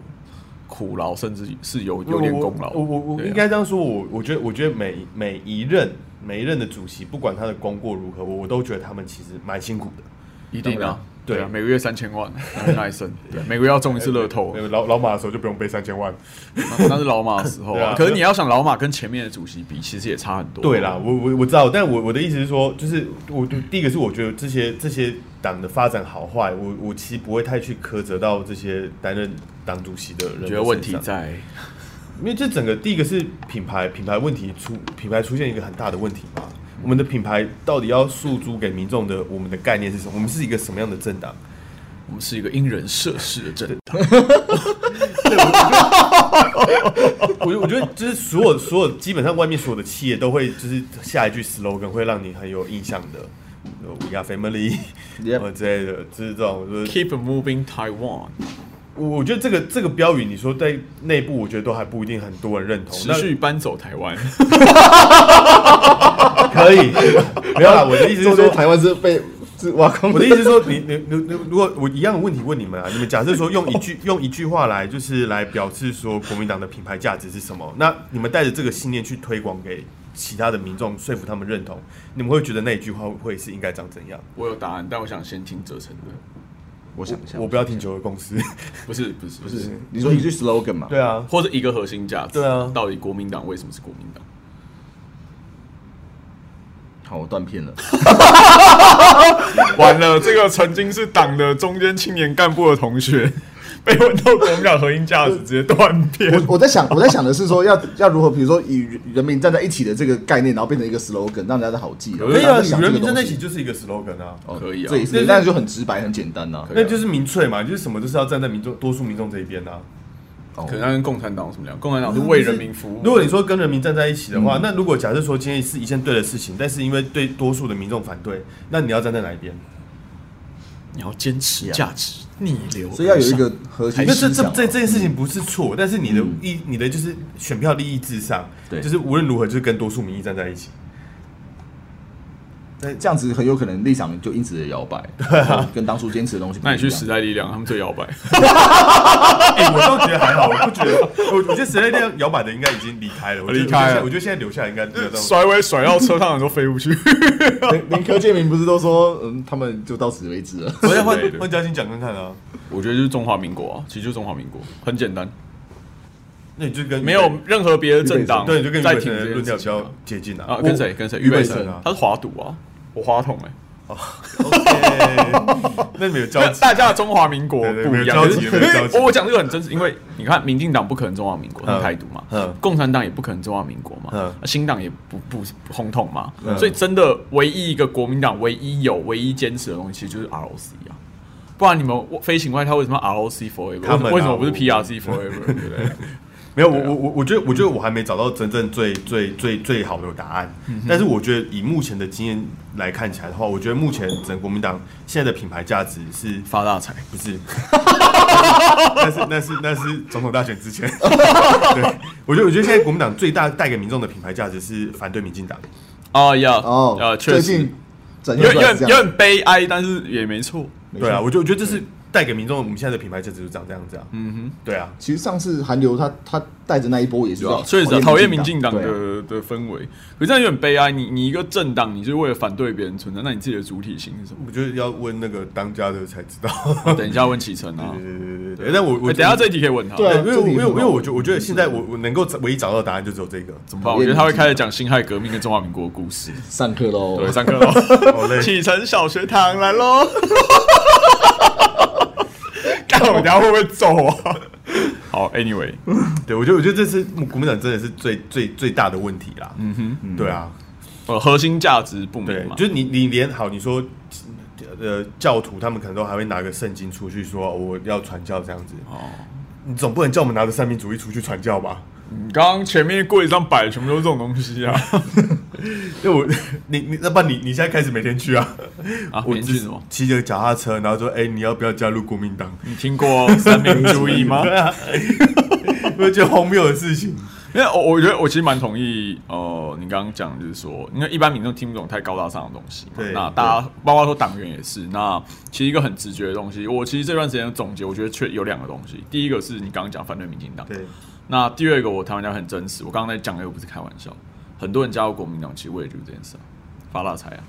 Speaker 1: 苦劳，甚至是有有点功劳。
Speaker 2: 我我我我
Speaker 1: 对啊
Speaker 2: 应该这样说，我我觉得我觉得每每一任每一任的主席，不管他的功过如何，我我都觉得他们其实蛮辛苦的。
Speaker 1: 一定
Speaker 3: 当
Speaker 1: 啊
Speaker 3: 然，
Speaker 1: 对啊，
Speaker 2: 对
Speaker 1: 每个月三千 万，很耐生，对，啊每个月要中一次乐透
Speaker 2: 那，个老老马的时候就不用背三千万。
Speaker 1: 那那是老马的时候
Speaker 2: 对
Speaker 1: 啊。
Speaker 2: 啊
Speaker 1: 可是你要想老马跟前面的主席比，其实也差很多。
Speaker 2: 对啦，我我我知道，但我我的意思是说，就是我第一个是我觉得这些这些党的发展好坏，我我其实不会太去苛责到这些担任党主席的人
Speaker 1: 我
Speaker 2: 的
Speaker 1: 觉得问
Speaker 2: 身
Speaker 1: 题
Speaker 2: 上，
Speaker 1: 在
Speaker 2: 因为这整个第一个是品牌品牌问题出品牌出现一个很大的问题嘛。我们的品牌到底要诉诸给民众的，我们的概念是什么？我们是一个什么样的政党？
Speaker 1: 我们是一个因人设事的政党，
Speaker 2: 我觉我觉得就是所有所有基本上外面所有的企业都会就是下一句 slogan 会让你很有印象的呃，We are family，
Speaker 3: Yep
Speaker 2: 呃之类的，就是这种就是
Speaker 1: ，Keep moving Taiwan。
Speaker 2: 哦我我觉得这个这个标语，你说在内部，我觉得都还不一定很多人认同。
Speaker 1: 持
Speaker 2: 那
Speaker 1: 续搬走台湾，
Speaker 2: 可以，没有啦。我的意思是
Speaker 3: 中间
Speaker 2: 说，
Speaker 3: 台湾是被是挖空
Speaker 2: 我的意思是说，你你你你，如果我一样的问题问你们啊，你们假设说用一句 用一句话来就是来表示说国民党的品牌价值是什么，那你们带着这个信念去推广给其他的民众，说服他们认同，你们会觉得那一句话会是应该长怎样？
Speaker 1: 我有答案，但我想先听哲成的。
Speaker 3: 我想一下，
Speaker 2: 我不要听九个公司。
Speaker 1: 不是不是不
Speaker 3: 是你说一句 slogan 嘛？
Speaker 2: 对啊，
Speaker 1: 或者一个核心价值。
Speaker 2: 对啊
Speaker 1: 到底国民党为什么是国民党？
Speaker 3: 好，我断片了。
Speaker 1: 完了，这个曾经是党的中间青年干部的同学， 被问到国民党核心价值，直接断片。
Speaker 3: 我我在想，我在想的是说 要要如何，比如说以人民站在一起的这个概念，然后变成一个 slogan，让大家好记。
Speaker 1: 可
Speaker 2: 可
Speaker 1: 以
Speaker 2: 以
Speaker 1: 啊
Speaker 2: 啊，
Speaker 3: 我在想这
Speaker 2: 人
Speaker 3: 个
Speaker 2: 民站
Speaker 3: 东
Speaker 2: 在
Speaker 3: 西
Speaker 2: 一起就是一个 slogan 啊，
Speaker 3: 哦
Speaker 1: 可以啊
Speaker 3: 这也
Speaker 2: 这
Speaker 3: 是，
Speaker 2: 是
Speaker 3: 但是就很直白，很简单呐。
Speaker 1: 可以啊
Speaker 2: 那就是民粹嘛，就是什么都是要站在民众多数民众这一边啊。
Speaker 3: 哦
Speaker 1: 可能他跟共产党有什么两样？共产党是为人民服务。
Speaker 2: 如果你说跟人民站在一起的
Speaker 3: 嗯
Speaker 2: 话，那如果假设说今天是一件对的事情，但是因为对多数的民众反对，那你要站在哪一边？
Speaker 1: 你要坚持
Speaker 3: 价
Speaker 1: 值，逆流
Speaker 3: 所以要有一个核心
Speaker 1: 哎
Speaker 2: 那这
Speaker 3: 思
Speaker 2: 这
Speaker 3: 想啊嗯
Speaker 2: 这这件事情不是错，但是你的意你的就是选票利益至上，
Speaker 3: 对
Speaker 2: 就是无论如何就是跟多数民意站在一起。
Speaker 3: 这样子很有可能立场就因此而 摇摆，然后跟当初坚持的东西不一
Speaker 1: 啊那
Speaker 3: 样。
Speaker 1: 你去啊时代力量，他们最摇 摆。
Speaker 2: 哎、我倒觉得还好，我不觉得，我我觉得时代力量摇摆的应该已经离开了，我觉得
Speaker 1: 哦离开了
Speaker 2: 我觉得现在留下来应该没有这种。
Speaker 1: 甩尾甩到车上的都飞出去。
Speaker 3: 连连柯建明不是都说，嗯，他们就到此为止 了。
Speaker 2: 我要换
Speaker 1: 之类的
Speaker 2: 换嘉欣讲看看啊，
Speaker 1: 我觉得就是中华民国啊，其实就是中华民国，很简单，
Speaker 2: 那你就跟
Speaker 1: 没有任何别的政党
Speaker 2: 对，你就跟
Speaker 1: 在
Speaker 2: 俞北
Speaker 1: 挺
Speaker 2: 辰的
Speaker 1: 这
Speaker 2: 论
Speaker 1: 件
Speaker 2: 调
Speaker 1: 事
Speaker 2: 比
Speaker 1: 情
Speaker 2: 较
Speaker 1: 啊
Speaker 2: 接近啊。
Speaker 1: 啊。跟谁跟谁？俞
Speaker 2: 北
Speaker 1: 北
Speaker 2: 辰
Speaker 1: 辰
Speaker 2: 啊
Speaker 1: 他是华独啊，我华统哎。
Speaker 2: OK，那你们有交集？
Speaker 1: 大家的中华民国
Speaker 2: 对对
Speaker 1: 不一样，
Speaker 2: 没有
Speaker 1: 可
Speaker 2: 交集
Speaker 1: 是
Speaker 2: 没有交集
Speaker 1: 我我讲这个很真实，因为你看，民进党不可能中华民国，
Speaker 2: 嗯
Speaker 1: 他台独嘛
Speaker 2: 嗯，
Speaker 1: 共产党也不可能中华民国嘛
Speaker 2: 嗯，
Speaker 1: 新党也不不不轰动嘛，
Speaker 2: 嗯
Speaker 1: 所以真的唯一一个国民党唯一有唯一坚持的东西，其实就是 ROC 啊。不然你们飞行外套为什么 ROC forever？
Speaker 2: 他们啊
Speaker 1: 为什么不是
Speaker 2: 我
Speaker 1: PRC forever？对不对？啊
Speaker 2: 没有，我我我我觉得，我觉得我还没找到真正最最最最好的答案。
Speaker 1: 嗯
Speaker 2: 但是我觉得以目前的经验来看起来的话，我觉得目前整个国民党现在的品牌价值是
Speaker 1: 发大财。
Speaker 2: 不是？ 那是那是那是总统大选 之前。对，我觉得我觉得现在国民党最大带给民众的品牌价值是反对民进党。
Speaker 1: 哦呀，
Speaker 3: 哦，
Speaker 1: 呃，确
Speaker 3: 最
Speaker 1: 实
Speaker 3: 近展
Speaker 1: 有
Speaker 3: 现
Speaker 1: 有
Speaker 3: 出
Speaker 1: 有
Speaker 3: 来是
Speaker 1: 有
Speaker 3: 这样。
Speaker 1: 点悲哀，但是也没错。
Speaker 3: 没
Speaker 2: 对
Speaker 3: 错
Speaker 2: 啊，我就我觉得这是带给民众我们现在的品牌价值就长这样这样。
Speaker 1: 嗯
Speaker 2: 对啊，
Speaker 3: 其实上次韩流他他带着那一波也是
Speaker 1: 对啊
Speaker 3: 在，
Speaker 1: 所以讨厌民进党
Speaker 3: 对啊
Speaker 1: 的的氛围，可这样有点悲哀。你你一个政党，你就是为了反对别人存在，那你自己的主体性是什 么？
Speaker 2: 我觉得要问那个当家的才知道。
Speaker 1: 等一下问启程啊
Speaker 2: 对，对 对对对，但我我
Speaker 1: 哎等一下这一题可以问他。
Speaker 3: 对啊
Speaker 2: 对，因为
Speaker 3: 这
Speaker 2: 我
Speaker 3: 里
Speaker 2: 因为
Speaker 3: 很
Speaker 2: 因为
Speaker 3: 好
Speaker 2: 我觉得我觉得现在我我能够找唯一找到的答案就只有这个，
Speaker 1: 怎么办？我觉得他会开始讲辛亥革命跟中华民国的故事。
Speaker 3: 上课喽。
Speaker 1: 对，上课喽，
Speaker 2: 好累。
Speaker 1: 启程小学堂来喽。看我们等一下会不会走啊？好，Anyway，
Speaker 2: 对，我觉得我觉得这是国民党真的是最最最大的问题啦。嗯哼，对啊，
Speaker 1: 呃，核心价值不
Speaker 2: 对
Speaker 1: 明嘛，，
Speaker 2: 就是你你连好你说呃教徒他们可能都还会拿个圣经出去说哦我要传教这样子，
Speaker 1: 哦，
Speaker 2: 你总不能叫我们拿着三民主义出去传教吧？
Speaker 1: 你刚刚前面柜子上摆的全部都是这种东西啊。
Speaker 2: 因为我 你你那不然你你现在开始每天去啊？
Speaker 1: 啊，
Speaker 2: 我
Speaker 1: 面具
Speaker 2: 只
Speaker 1: 什么？
Speaker 2: 骑着脚踏车，然后说哎、你要不要加入国民党？
Speaker 1: 你听过三民主义吗？
Speaker 2: 对啊，我觉得荒谬的事情。
Speaker 1: 因为我哦我觉得我其实蛮同意，呃，你刚刚讲就是说，因为一般民众听不懂太高大上的东西嘛，
Speaker 2: 对
Speaker 1: 那大家包括说党员也是，那其实一个很直觉的东西，我其实这段时间的总结，我觉得确有两个东西，第一个是你刚刚讲反对民进党，
Speaker 2: 对，
Speaker 1: 那第二个我台湾讲很真实，我刚刚在讲的又不是开玩笑，很多人加入国民党其实为了就是这件事啊，发大财啊。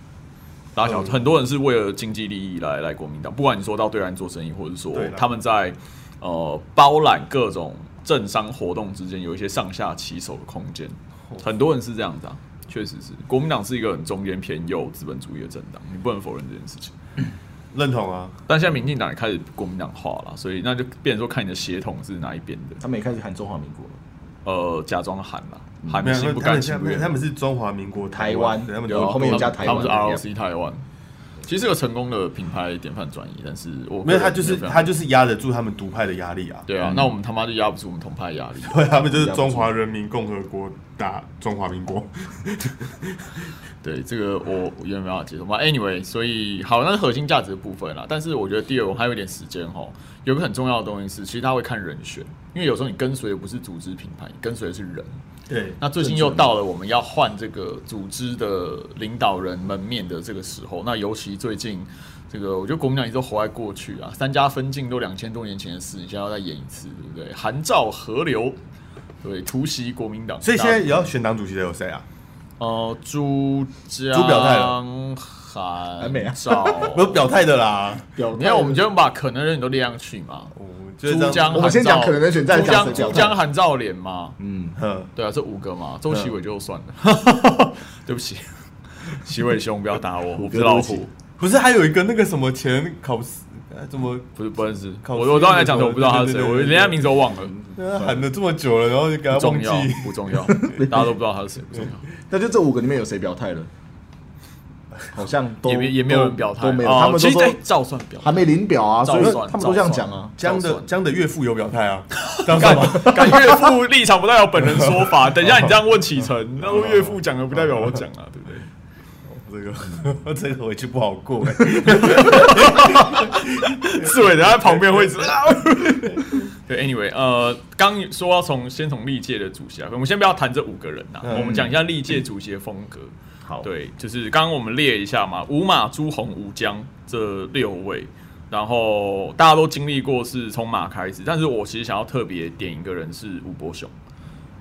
Speaker 1: 大家小、
Speaker 2: 嗯
Speaker 1: 很多人是为了经济利益来来国民党，不管你说到对岸做生意，或者说
Speaker 2: 对啦
Speaker 1: 他们在呃包揽各种政商活动之间有一些上下其手的空间，
Speaker 2: 哦
Speaker 1: 很多人是这样子啊，确实是国民党是一个很中间偏右资本主义的政党，你不能否认这件事情。
Speaker 2: 认同啊。
Speaker 1: 但现在民进党也开始国民党化了，所以那就变成说看你的血统是哪一边的，
Speaker 3: 他们也开始喊中华民国了。
Speaker 1: 呃，假装喊了，喊
Speaker 2: 嗯没有，
Speaker 1: 心不
Speaker 2: 他
Speaker 1: 甘
Speaker 2: 们
Speaker 1: 情
Speaker 2: 现
Speaker 1: 不
Speaker 2: 在
Speaker 1: 愿。
Speaker 2: 他们是中华民国
Speaker 3: 台湾
Speaker 2: 对他们
Speaker 3: 有
Speaker 2: 都
Speaker 3: 后面有加
Speaker 2: 都
Speaker 3: 台
Speaker 1: 他
Speaker 3: 湾
Speaker 1: 们是
Speaker 3: 的样
Speaker 1: ROC 台湾。其实是个成功的品牌典范转移，但是我
Speaker 2: 没有，他就是
Speaker 1: 个人没有非常
Speaker 2: 他就是压得住他们独派的压力啊。
Speaker 3: 嗯
Speaker 1: 对啊，那我们他妈就压不住我们同派压力。
Speaker 2: 对，他们就是中华人民共和国打中华民国。
Speaker 1: 对，这个我我有点没办法接受嘛。Anyway，所以好，那是核心价值的部分啦。啊但是我觉得第二，我还有一点时间哈，有个很重要的东西是，其实他会看人选，因为有时候你跟随的不是组织品牌，你跟随的是人。
Speaker 2: 对，
Speaker 1: 那最近又到了我们要换这个组织的领导人门面的这个时候，那尤其最近这个，我觉得国民党一直都活在过去啊，三家分晋都两千多年前的事，你现在要再演一次，对不对？韩赵合流，对，突袭国民党，
Speaker 2: 所以现在
Speaker 1: 大
Speaker 2: 也要选党主席的有谁啊？
Speaker 1: 家哦，朱江
Speaker 2: 朱表态
Speaker 1: 韩
Speaker 3: 还没 啊
Speaker 1: 照
Speaker 2: 没有表态的啦。
Speaker 3: 表态
Speaker 5: 你看，我们就把可能人都列上去嘛。
Speaker 2: 我就
Speaker 1: 朱
Speaker 2: 是这
Speaker 1: 江，
Speaker 2: 样
Speaker 1: 韩
Speaker 3: 我们先讲
Speaker 1: 赵
Speaker 3: 可能人选再
Speaker 1: 朱
Speaker 3: 讲
Speaker 1: 江
Speaker 3: 谁
Speaker 1: 朱
Speaker 3: 表态
Speaker 1: 江韩赵脸嘛，
Speaker 3: 嗯，
Speaker 2: 嗯，
Speaker 1: 对啊，这五个嘛，周习伟就算了， 对不起，习伟兄不要打我，我不是老
Speaker 3: 对不
Speaker 1: 虎
Speaker 3: 起，
Speaker 2: 不是还有一个那个什么前考试，哎怎么
Speaker 1: 不是不认识，
Speaker 2: 考
Speaker 1: 我
Speaker 2: 试
Speaker 1: 我知道你在讲什么，我不知道他是谁，
Speaker 2: 对对对对
Speaker 1: 我连他名字都忘了，
Speaker 2: 呃喊了这么久了，然后就给他
Speaker 1: 不
Speaker 2: 忘
Speaker 1: 重
Speaker 2: 记
Speaker 1: 要？不重要，大家都不知道他是谁，不重要，
Speaker 3: 那就这五个里面有谁表态了？好像都
Speaker 1: 也没也没有人表态，
Speaker 3: 都没有，
Speaker 1: 啊
Speaker 3: 他们
Speaker 1: 其
Speaker 3: 都
Speaker 1: 实
Speaker 3: 说
Speaker 1: 哎赵算表态，
Speaker 3: 还没领表啊，所以
Speaker 1: 照算
Speaker 3: 他们都这样讲啊。
Speaker 2: 江
Speaker 1: 照
Speaker 2: 的
Speaker 1: 算
Speaker 2: 江的岳父有表态啊，当什么？
Speaker 1: 干岳父立场不代表本人说法。等一下你这样问启程，那岳父讲的不代表我讲啊，对不对？
Speaker 2: 这个 这个回去不好过哎。
Speaker 1: 刺猬等下在旁边 会知啊道。对，anyway，呃，刚说要从先从历届的主席来，啊我们先不要谈这五个人呐、
Speaker 2: 嗯
Speaker 1: 我们讲一下历届主席的风格。
Speaker 3: 好
Speaker 1: 对，就是刚刚我们列一下嘛，五马、朱红、吴江这六位，然后大家都经历过是从马开始，但是我其实想要特别点一个人是吴伯雄。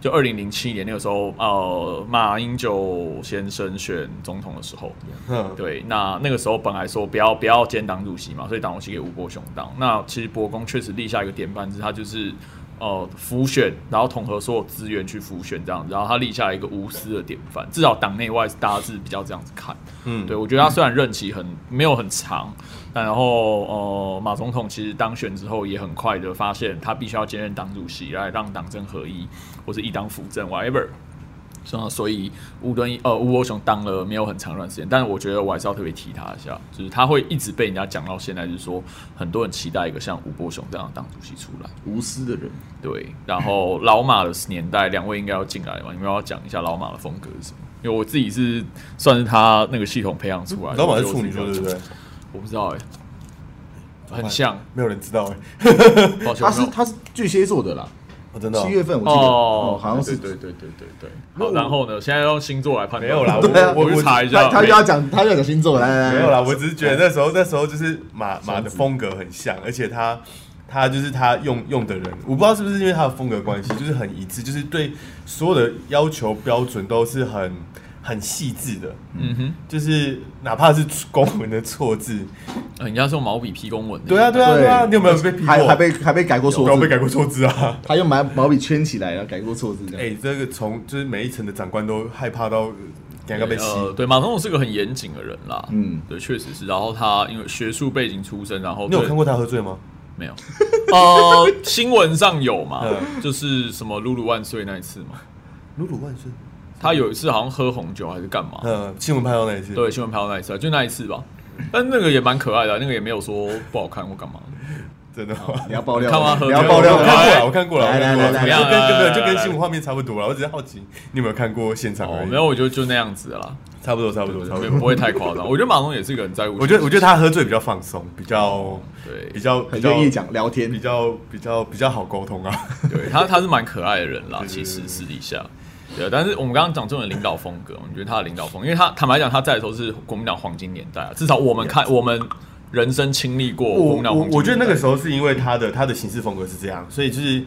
Speaker 1: 就二零零七年那个时候，呃，马英九先生选总统的时候，
Speaker 2: 嗯
Speaker 1: 对，那那个时候本来说不要不要兼党主席嘛，所以党主席给吴伯雄当。那其实伯公确实立下一个典范，是他就是呃浮选，然后统合所有资源去浮选这样子，然后他立下一个无私的典范，至少党内外大家是比较这样子看。
Speaker 2: 嗯
Speaker 1: 对，我觉得他虽然任期很没有很长，但然后呃，马总统其实当选之后也很快的发现他必须要兼任党主席，来让党政合一或是一党辅政 whatever。所以所以吴敦义呃吴伯雄当了没有很长一段时间，但是我觉得我还是要特别提他一下，就是他会一直被人家讲到现在，就是说很多人期待一个像吴伯雄这样的党主席出来。
Speaker 3: 无私的人，
Speaker 1: 对，然后老马的年代，两位应该要进来嘛？你们要讲一下老马的风格是什么？因为我自己是算是他那个系统培养出来的。
Speaker 2: 老
Speaker 1: 我
Speaker 2: 板是
Speaker 1: 觉得
Speaker 2: 处
Speaker 1: 我
Speaker 2: 女
Speaker 1: 自己比较
Speaker 2: 座对不对？？
Speaker 1: 我不知道哎、很像，
Speaker 2: 没有人知道哎。
Speaker 1: 抱歉，
Speaker 3: 他
Speaker 1: 我
Speaker 3: 是
Speaker 1: 没有
Speaker 3: 他是巨蟹座的啦，
Speaker 2: 我真的哦
Speaker 3: 七月份我记得
Speaker 1: 哦
Speaker 3: 哦，，好像是
Speaker 1: 对对对对对对。好，然后呢？现在要用星座来判断。
Speaker 2: 没有啦
Speaker 3: 对啊
Speaker 1: 我
Speaker 2: 我
Speaker 1: 去
Speaker 2: 我
Speaker 1: 查一
Speaker 3: 他
Speaker 1: 下。
Speaker 3: 他就要讲他就要讲星座，来来来，
Speaker 2: 没有啦，我只是觉得那时候那时候就是马马的风格很像，而且他他就是他用用的人，我不知道是不是因为他的风格关系，就是很一致，就是对所有的要求标准都是很很细致的，
Speaker 1: 嗯哼，
Speaker 2: 就是哪怕是公文的错字，
Speaker 1: 呃人家是用毛笔批公文的。
Speaker 2: 对啊对啊对啊，你有没有被批过？
Speaker 3: 还还被还被改过错
Speaker 2: 对我被
Speaker 3: 字，
Speaker 2: 改过错字啊！
Speaker 3: 他用毛毛笔圈起来，然后改过错字这
Speaker 2: 哎、
Speaker 3: 样。
Speaker 2: 这个从就是每一层的长官都害怕到两个被吸，
Speaker 1: 呃，对，马总统是个很严谨的人啦。嗯
Speaker 3: 嗯，
Speaker 1: 对，确实是。然后他因为学术背景出身，然后
Speaker 2: 你有
Speaker 1: 对
Speaker 2: 看过他喝醉吗？
Speaker 1: 没有，呃，新闻上有嘛，
Speaker 2: 嗯
Speaker 1: 就是什么“露露万岁”那一次嘛，
Speaker 2: 鲁鲁万岁，
Speaker 1: 他有一次好像喝红酒还是干嘛，
Speaker 2: 呃，新闻拍到那一次，
Speaker 1: 对，新闻拍到那一次啊，就那一次吧。但那个也蛮可爱的啊、那个也没有说不好看或干嘛。
Speaker 2: 真的吗。
Speaker 3: 你要爆料
Speaker 1: 看完
Speaker 3: 吗，
Speaker 1: 合
Speaker 3: 你
Speaker 1: 约
Speaker 3: 要
Speaker 2: 没有
Speaker 3: 爆料
Speaker 2: 我
Speaker 3: 吗，
Speaker 2: 看过了，我看过了，
Speaker 3: 来来
Speaker 2: 我看过了
Speaker 3: 来
Speaker 1: 来来
Speaker 2: 就
Speaker 1: 来
Speaker 2: 跟就
Speaker 1: 来
Speaker 2: 跟
Speaker 1: 来
Speaker 2: 新闻画面差不多了。我只是好奇，你有没有看过现场而
Speaker 1: 哦
Speaker 2: 已？，
Speaker 1: 没有，，我觉得就那样子啦，
Speaker 2: 差不多，差不多，差不
Speaker 1: 对，
Speaker 2: 多。
Speaker 1: 不会太夸张。我觉得马龙也是一个很在乎，
Speaker 2: 我觉得，我觉得他喝醉比较放松，比较
Speaker 1: 对
Speaker 2: 比较
Speaker 3: 很
Speaker 2: 比较
Speaker 3: 愿意，讲聊天
Speaker 2: 比，较比较比较好沟通啊。
Speaker 1: 对他他是蛮可爱的人啦，
Speaker 2: 对对
Speaker 1: 其
Speaker 2: 对
Speaker 1: 实
Speaker 2: 对
Speaker 1: 私底下。对，啊但是我们刚刚讲这种领导风格，我们觉得他的领导风格，因为他坦白讲，他在的时候是国民党黄金年代啊，至少我们看我们人生经历过国
Speaker 2: 我
Speaker 1: 民党黄
Speaker 2: 我
Speaker 1: 金年代。
Speaker 2: 我觉得那个时候是因为他的他的行事风格是这样，所以就是，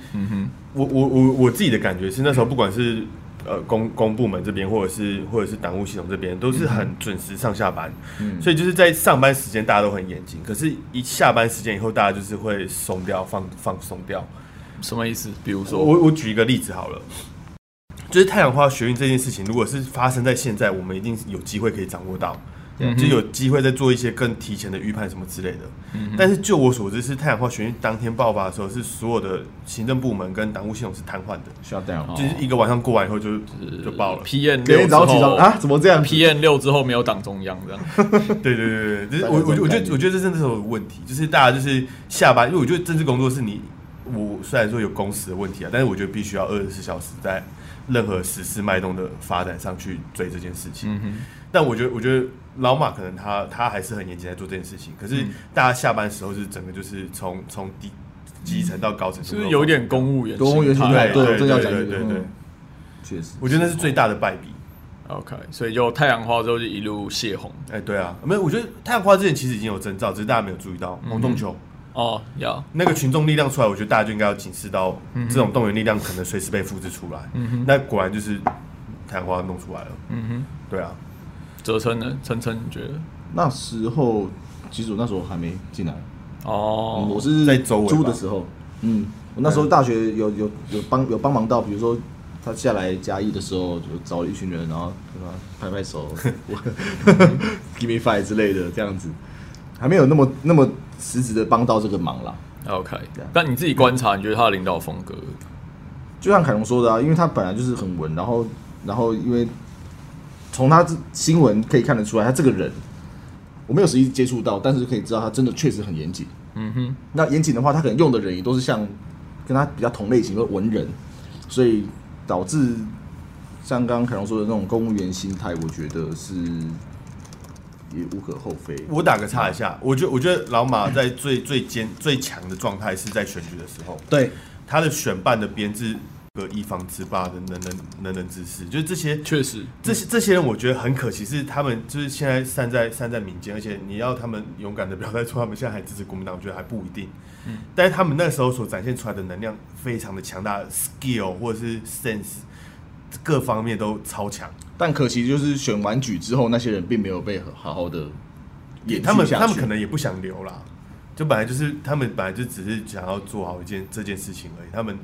Speaker 2: 我我我我自己的感觉是那时候不管是呃公公部门这边，或者是或者是党务系统这边，都是很准时上下班，所以就是在上班时间大家都很严谨，可是一下班时间以后，大家就是会松掉放放松掉。
Speaker 1: 什么意思？比如说，
Speaker 2: 我我举一个例子好了。就是太阳花学运这件事情，如果是发生在现在，我们一定有机会可以掌握到，就有机会再做一些更提前的预判什么之类的。但是就我所知，是太阳花学运当天爆发的时候，是所有的行政部门跟党务系统是瘫痪的，
Speaker 3: shut down，
Speaker 2: 就是一个晚上过完以后就就爆了。
Speaker 1: P N
Speaker 3: 隔
Speaker 1: 六
Speaker 3: 天
Speaker 1: 之
Speaker 3: 早上起
Speaker 1: 后
Speaker 3: 床啊，怎么这样？
Speaker 1: ，P N 六之后没有党中央这样。
Speaker 2: 对对对对，就是
Speaker 3: 大概
Speaker 2: 我
Speaker 3: 这
Speaker 2: 我
Speaker 3: 种
Speaker 2: 我觉得
Speaker 3: 概念
Speaker 2: 我觉得这真的是有问题，就是大家就是下班，因为我觉得政治工作是你我虽然说有工时的问题啊，但是我觉得必须要二十四小时在任何时事脉动的发展上去追这件事情。
Speaker 3: 嗯
Speaker 2: 但我觉得我觉得老马可能他他还是很严谨在做这件事情，可
Speaker 3: 嗯
Speaker 2: 是大家下班时候是整个就是从从低基层到高层，
Speaker 1: 是不是有点公务员心态？啊
Speaker 3: 公务员心态
Speaker 2: 对对
Speaker 3: 对正要
Speaker 2: 对
Speaker 3: 讲
Speaker 2: 对
Speaker 3: 这个
Speaker 2: 对对
Speaker 3: 嗯，确实，
Speaker 2: 我觉得那是最大的败笔。
Speaker 1: OK，所以就太阳花之后就一路泄洪。
Speaker 2: 哎、对啊，没有，我觉得太阳花之前其实已经有征兆，只是大家没有注意到
Speaker 3: 嗯
Speaker 2: 红洞球。
Speaker 1: 哦，要
Speaker 2: 那个群众力量出来，我觉得大家就应该要警示到这种动员力量可能随时被复制出来。那果然就是昙花弄出来了。嗯哼，对啊，
Speaker 1: 哲琛呢？琛琛，你觉得？
Speaker 3: 那时候其实我那时候还没进来，嗯我
Speaker 1: 哦，
Speaker 3: 是
Speaker 2: 在周围吧
Speaker 3: 租的时候，嗯，我那时候大学有有有帮有帮忙到，比如说他下来嘉义的时候，就找一群人，然后跟他拍 拍手 我，give me five 之类的这样子，还没有那么那么实质的帮到这个忙啦。
Speaker 2: 嗯
Speaker 1: OK，
Speaker 3: 对啊
Speaker 1: 但你自己观察，你觉得他的领导风格？
Speaker 3: 就像凯龙说的啊，因为他本来就是很文，然后然后因为从他这新闻可以看得出来，他这个人我没有实际接触到，但是可以知道他真的确实很严谨。
Speaker 1: 嗯哼，
Speaker 3: 那严谨的话，他可能用的人也都是像跟他比较同类型的文人，所以导致像刚刚凯龙说的那种公务员心态，我觉得是也无可厚非。
Speaker 2: 我打个岔一下，我觉得我觉得老马在最最坚最强的状态是在选举的时候，
Speaker 3: 对，
Speaker 2: 他的选办的编制和一方之霸的能人能人之士，就是这些
Speaker 1: 确实，
Speaker 2: 这些这些人，我觉得很可惜，是他们就是现在散在散在民间，而且你要他们勇敢的表态说他们现在还支持国民党，我觉得还不一定。嗯，但是他们那时候所展现出来的能量非常的强大，skill 或者是 sense 各方面都超强。
Speaker 3: 但可惜就是选完举之后，那些人并没有被好好的演
Speaker 2: 他们
Speaker 3: 下去。
Speaker 2: 他们可能也不想留啦，就本来就是他们本来就只是想要做好一件这件事情而已。他们